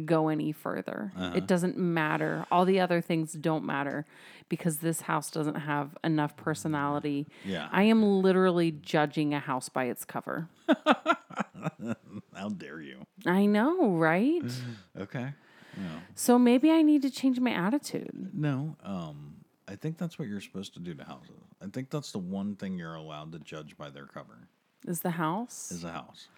[SPEAKER 1] go any further.
[SPEAKER 2] Uh-huh.
[SPEAKER 1] It doesn't matter. All the other things don't matter because this house doesn't have enough personality.
[SPEAKER 2] Yeah.
[SPEAKER 1] I am literally judging a house by its cover.
[SPEAKER 2] How dare you?
[SPEAKER 1] I know, right?
[SPEAKER 2] Mm-hmm. Okay. No.
[SPEAKER 1] so maybe I need to change my attitude.
[SPEAKER 2] No. Um, I think that's what you're supposed to do to houses. I think that's the one thing you're allowed to judge by their cover
[SPEAKER 1] Is the house?
[SPEAKER 2] is a house.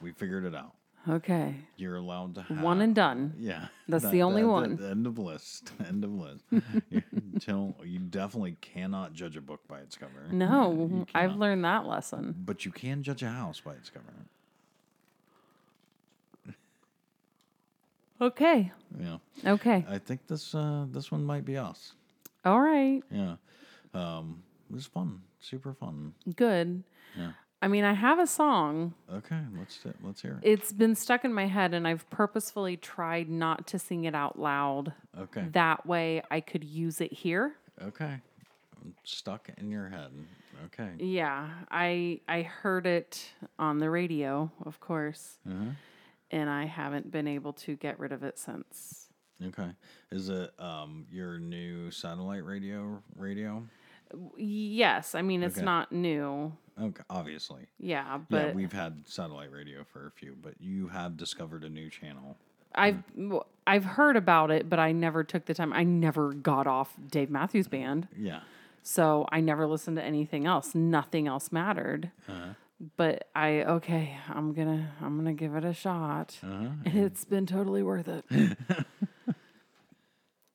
[SPEAKER 2] We figured it out.
[SPEAKER 1] okay.
[SPEAKER 2] You're allowed to have
[SPEAKER 1] One and done.
[SPEAKER 2] Yeah,
[SPEAKER 1] That's the only one.
[SPEAKER 2] End of list. End of list. you, don't, you definitely cannot judge a book by its cover.
[SPEAKER 1] No, I've learned that lesson.
[SPEAKER 2] But you can judge a house by its cover.
[SPEAKER 1] Okay.
[SPEAKER 2] Yeah,
[SPEAKER 1] Okay.
[SPEAKER 2] I think this uh, this one might be us.
[SPEAKER 1] All right.
[SPEAKER 2] Yeah, um, it was fun, super fun.
[SPEAKER 1] Good.
[SPEAKER 2] Yeah.
[SPEAKER 1] I mean, I have a song.
[SPEAKER 2] Okay, let's let's hear it.
[SPEAKER 1] It's been stuck in my head, and I've purposefully tried not to sing it out loud.
[SPEAKER 2] Okay,
[SPEAKER 1] That way I could use it here.
[SPEAKER 2] okay, stuck in your head. Okay,
[SPEAKER 1] Yeah. I I heard it on the radio, of course.
[SPEAKER 2] Mm-hmm.
[SPEAKER 1] And I haven't been able to get rid of it since.
[SPEAKER 2] okay. Is it um your new satellite radio radio?
[SPEAKER 1] Yes, I mean it's
[SPEAKER 2] Okay.
[SPEAKER 1] not new.
[SPEAKER 2] Okay, obviously.
[SPEAKER 1] Yeah, but
[SPEAKER 2] yeah, we've had satellite radio for a few, but you have discovered a new channel.
[SPEAKER 1] I've
[SPEAKER 2] mm.
[SPEAKER 1] w- I've heard about it, but I never took the time. I never got off Dave Matthews
[SPEAKER 2] Mm-hmm.
[SPEAKER 1] Band.
[SPEAKER 2] Yeah.
[SPEAKER 1] So I never listened to anything else. Nothing else mattered. But I okay, I'm gonna I'm gonna give it a shot. And it's been totally worth it.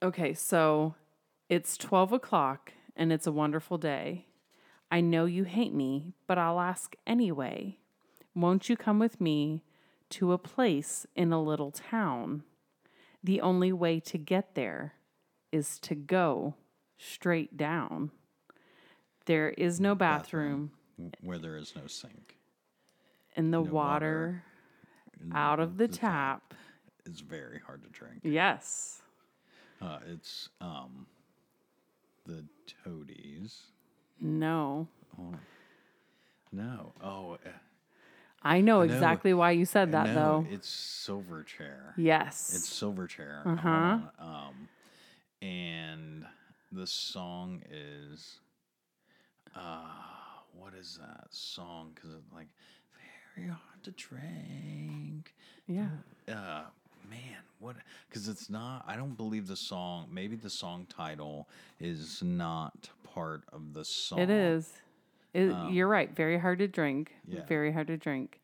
[SPEAKER 1] okay, so it's twelve o'clock and it's a wonderful day. I know you hate me, but I'll ask anyway. Won't you come with me to a place in a little town? The only way to get there is to go straight down. There is no bathroom,
[SPEAKER 2] w- Where there is no sink.
[SPEAKER 1] and the water,
[SPEAKER 2] water.
[SPEAKER 1] out of the tap.
[SPEAKER 2] It's very hard to
[SPEAKER 1] Mm.
[SPEAKER 2] drink.
[SPEAKER 1] Yes.
[SPEAKER 2] Uh, it's um the toadies.
[SPEAKER 1] No.
[SPEAKER 2] No. Oh, eh,
[SPEAKER 1] I know exactly why you said that
[SPEAKER 2] no,
[SPEAKER 1] though.
[SPEAKER 2] it's silver chair.
[SPEAKER 1] Yes.
[SPEAKER 2] It's silver chair.
[SPEAKER 1] Mm-hmm.
[SPEAKER 2] Uh-huh. Um and the song is uh what is that song cuz it's like very hard to drink.
[SPEAKER 1] yeah.
[SPEAKER 2] uh man what because it's not i don't believe the song maybe the song title is not part of the song
[SPEAKER 1] It is. It, you're right. Very hard to drink.
[SPEAKER 2] Yeah.
[SPEAKER 1] Very hard to drink.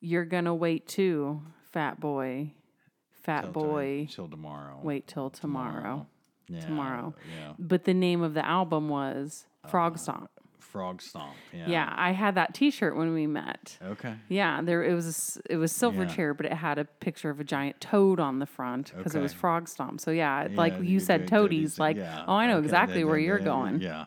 [SPEAKER 1] You're gonna wait too, fat boy. Fat
[SPEAKER 2] Till to-
[SPEAKER 1] boy.
[SPEAKER 2] till tomorrow
[SPEAKER 1] Wait till tomorrow.
[SPEAKER 2] yeah,
[SPEAKER 1] tomorrow.
[SPEAKER 2] yeah
[SPEAKER 1] But the name of the album was Frog Stomp.
[SPEAKER 2] frog stomp yeah
[SPEAKER 1] Uh, yeah, I had that T-shirt when we met.
[SPEAKER 2] okay
[SPEAKER 1] Yeah, there it was. a s- It was silver
[SPEAKER 2] Yeah.
[SPEAKER 1] chair, but it had a picture of a giant toad on the front because it was
[SPEAKER 2] Okay.
[SPEAKER 1] frog stomp. So yeah, it- like
[SPEAKER 2] Yeah,
[SPEAKER 1] you
[SPEAKER 2] could
[SPEAKER 1] said,
[SPEAKER 2] do it,
[SPEAKER 1] toadies. Like
[SPEAKER 2] yeah,
[SPEAKER 1] oh, I know
[SPEAKER 2] okay,
[SPEAKER 1] exactly
[SPEAKER 2] yeah,
[SPEAKER 1] where
[SPEAKER 2] yeah,
[SPEAKER 1] you're
[SPEAKER 2] yeah,
[SPEAKER 1] going. Yeah.
[SPEAKER 2] yeah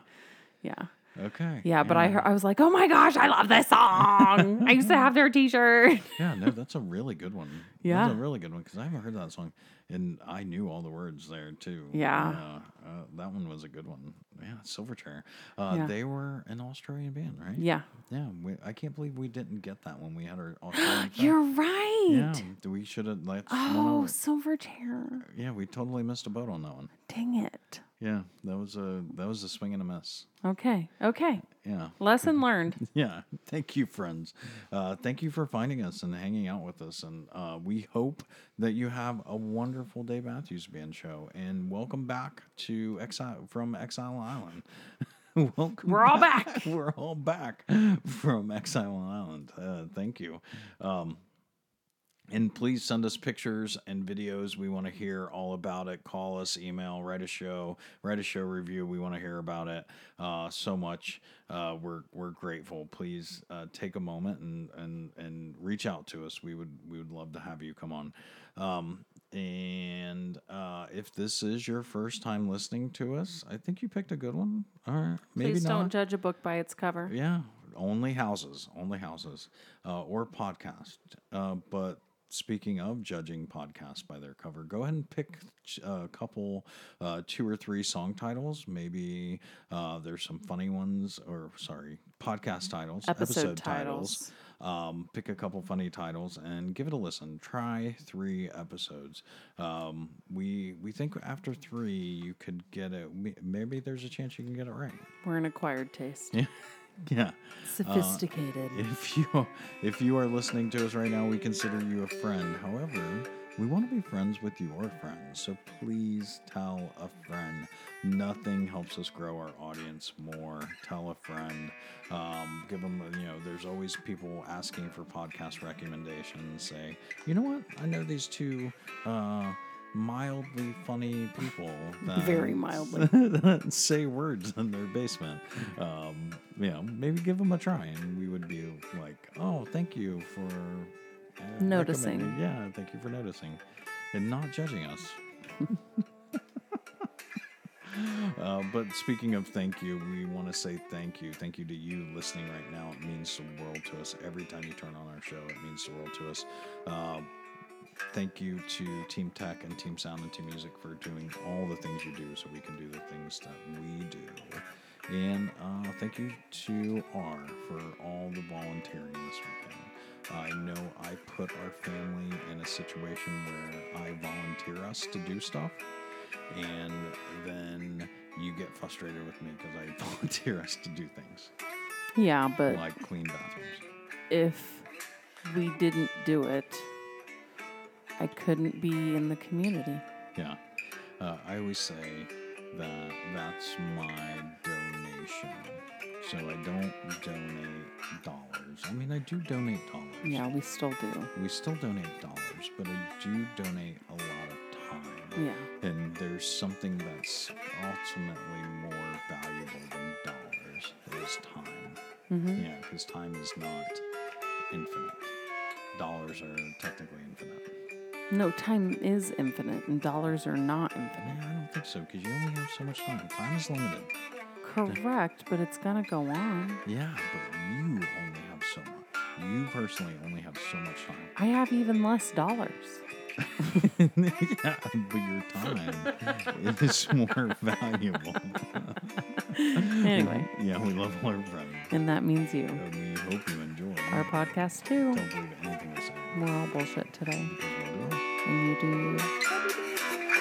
[SPEAKER 1] yeah,
[SPEAKER 2] okay
[SPEAKER 1] But I heard, I was like, oh my gosh, I love this song. I used to have their T-shirt.
[SPEAKER 2] yeah no that's a really good one
[SPEAKER 1] Yeah.
[SPEAKER 2] that's a really good one because i haven't heard that song and i knew all the words there too
[SPEAKER 1] Yeah.
[SPEAKER 2] Yeah, uh, that one was a good one yeah silverchair uh
[SPEAKER 1] Yeah.
[SPEAKER 2] they were an australian band right
[SPEAKER 1] yeah,
[SPEAKER 2] Yeah, we, I can't believe we didn't get that when we had our Australian. fact.
[SPEAKER 1] you're right.
[SPEAKER 2] yeah, th- we should have. That's one
[SPEAKER 1] Oh,
[SPEAKER 2] of-
[SPEAKER 1] silver chair.
[SPEAKER 2] yeah, we totally missed a boat on that one.
[SPEAKER 1] Dang it.
[SPEAKER 2] Yeah, that was a that was a swing and a miss.
[SPEAKER 1] Okay. Okay.
[SPEAKER 2] Yeah.
[SPEAKER 1] Lesson learned.
[SPEAKER 2] Yeah. Thank you, friends. Uh, thank you for finding us and hanging out with us. And uh, we hope that you have a wonderful Dave Matthews Band show. And welcome back to Exile from Exile Island. welcome.
[SPEAKER 1] We're all back.
[SPEAKER 2] We're all back from Exile Island. Uh, thank you. Um, and please send us pictures and videos. We want to hear all about it. Call us, email, write a show, write a show review. We want to hear about it uh, so much. Uh, we're we're grateful. Please uh, take a moment and and and reach out to us. We would we would love to have you come on. Um, and uh, if this is your first time listening to us, I think you picked a good one. All right, maybe
[SPEAKER 1] Please
[SPEAKER 2] not.
[SPEAKER 1] don't judge a book by its cover.
[SPEAKER 2] Yeah, only houses, only houses, uh, or podcast. Uh, but speaking of judging podcasts by their cover, go ahead and pick a couple, uh, two or three song titles. Maybe uh, there's some funny ones, or sorry, podcast titles,
[SPEAKER 1] Episode titles.
[SPEAKER 2] Um, pick a couple funny titles and give it a listen. Try three episodes. Um, we we think after three you could get it. Maybe there's a chance you can get it right.
[SPEAKER 1] We're an acquired taste.
[SPEAKER 2] Yeah.
[SPEAKER 1] Sophisticated.
[SPEAKER 2] If you if you are listening to us right now, we consider you a friend. However, we want to be friends with your friends, so please tell a friend. Nothing helps us grow our audience more. Tell a friend. Um, give them, you know, there's always people asking for podcast recommendations. Say, you know what? I know these two uh, mildly funny people. that-
[SPEAKER 1] Very mildly.
[SPEAKER 2] say words in their basement. Um, you know, maybe give them a try, and we would be like, "Oh, thank you for uh,
[SPEAKER 1] Noticing.
[SPEAKER 2] recommending- Yeah, thank you for noticing and not judging us." Uh, but speaking of thank you, we want to say thank you. Thank you to you listening right now. It means the world to us. Every time you turn on our show, it means the world to us. Uh, thank you to Team Tech and Team Sound and Team Music for doing all the things you do so we can do the things that we do. And uh, thank you to R for all the volunteering this weekend. I know I put our family in a situation where I volunteer us to do stuff, and then you get frustrated with me because I volunteer us to do things
[SPEAKER 1] yeah, but
[SPEAKER 2] like clean bathrooms.
[SPEAKER 1] if we didn't do it, I couldn't be in the community.
[SPEAKER 2] Yeah. Uh, I always say that that's my donation. So I don't donate dollars. I mean, I do donate dollars.
[SPEAKER 1] Yeah, we still do.
[SPEAKER 2] We still donate dollars, but I do donate a lot of time.
[SPEAKER 1] Yeah.
[SPEAKER 2] And there's something that's ultimately more valuable than dollars is time. Yeah, because time is not infinite. Dollars are technically infinite.
[SPEAKER 1] No, time is infinite and dollars are not infinite.
[SPEAKER 2] Yeah, I don't think so, because you only have so much time. Time is limited.
[SPEAKER 1] Correct, but it's gonna go on.
[SPEAKER 2] Yeah, but you only have so much. You personally only have so much
[SPEAKER 1] I have even less dollars.
[SPEAKER 2] time. yeah, but your time is more valuable.
[SPEAKER 1] Anyway,
[SPEAKER 2] Yeah, we love our friends.
[SPEAKER 1] and that means you.
[SPEAKER 2] And Uh, we hope you enjoy.
[SPEAKER 1] Our podcast too.
[SPEAKER 2] don't believe anything we say.
[SPEAKER 1] We're all bullshit today,
[SPEAKER 2] Because we'll do it.
[SPEAKER 1] and you do you.
[SPEAKER 3] Thank you.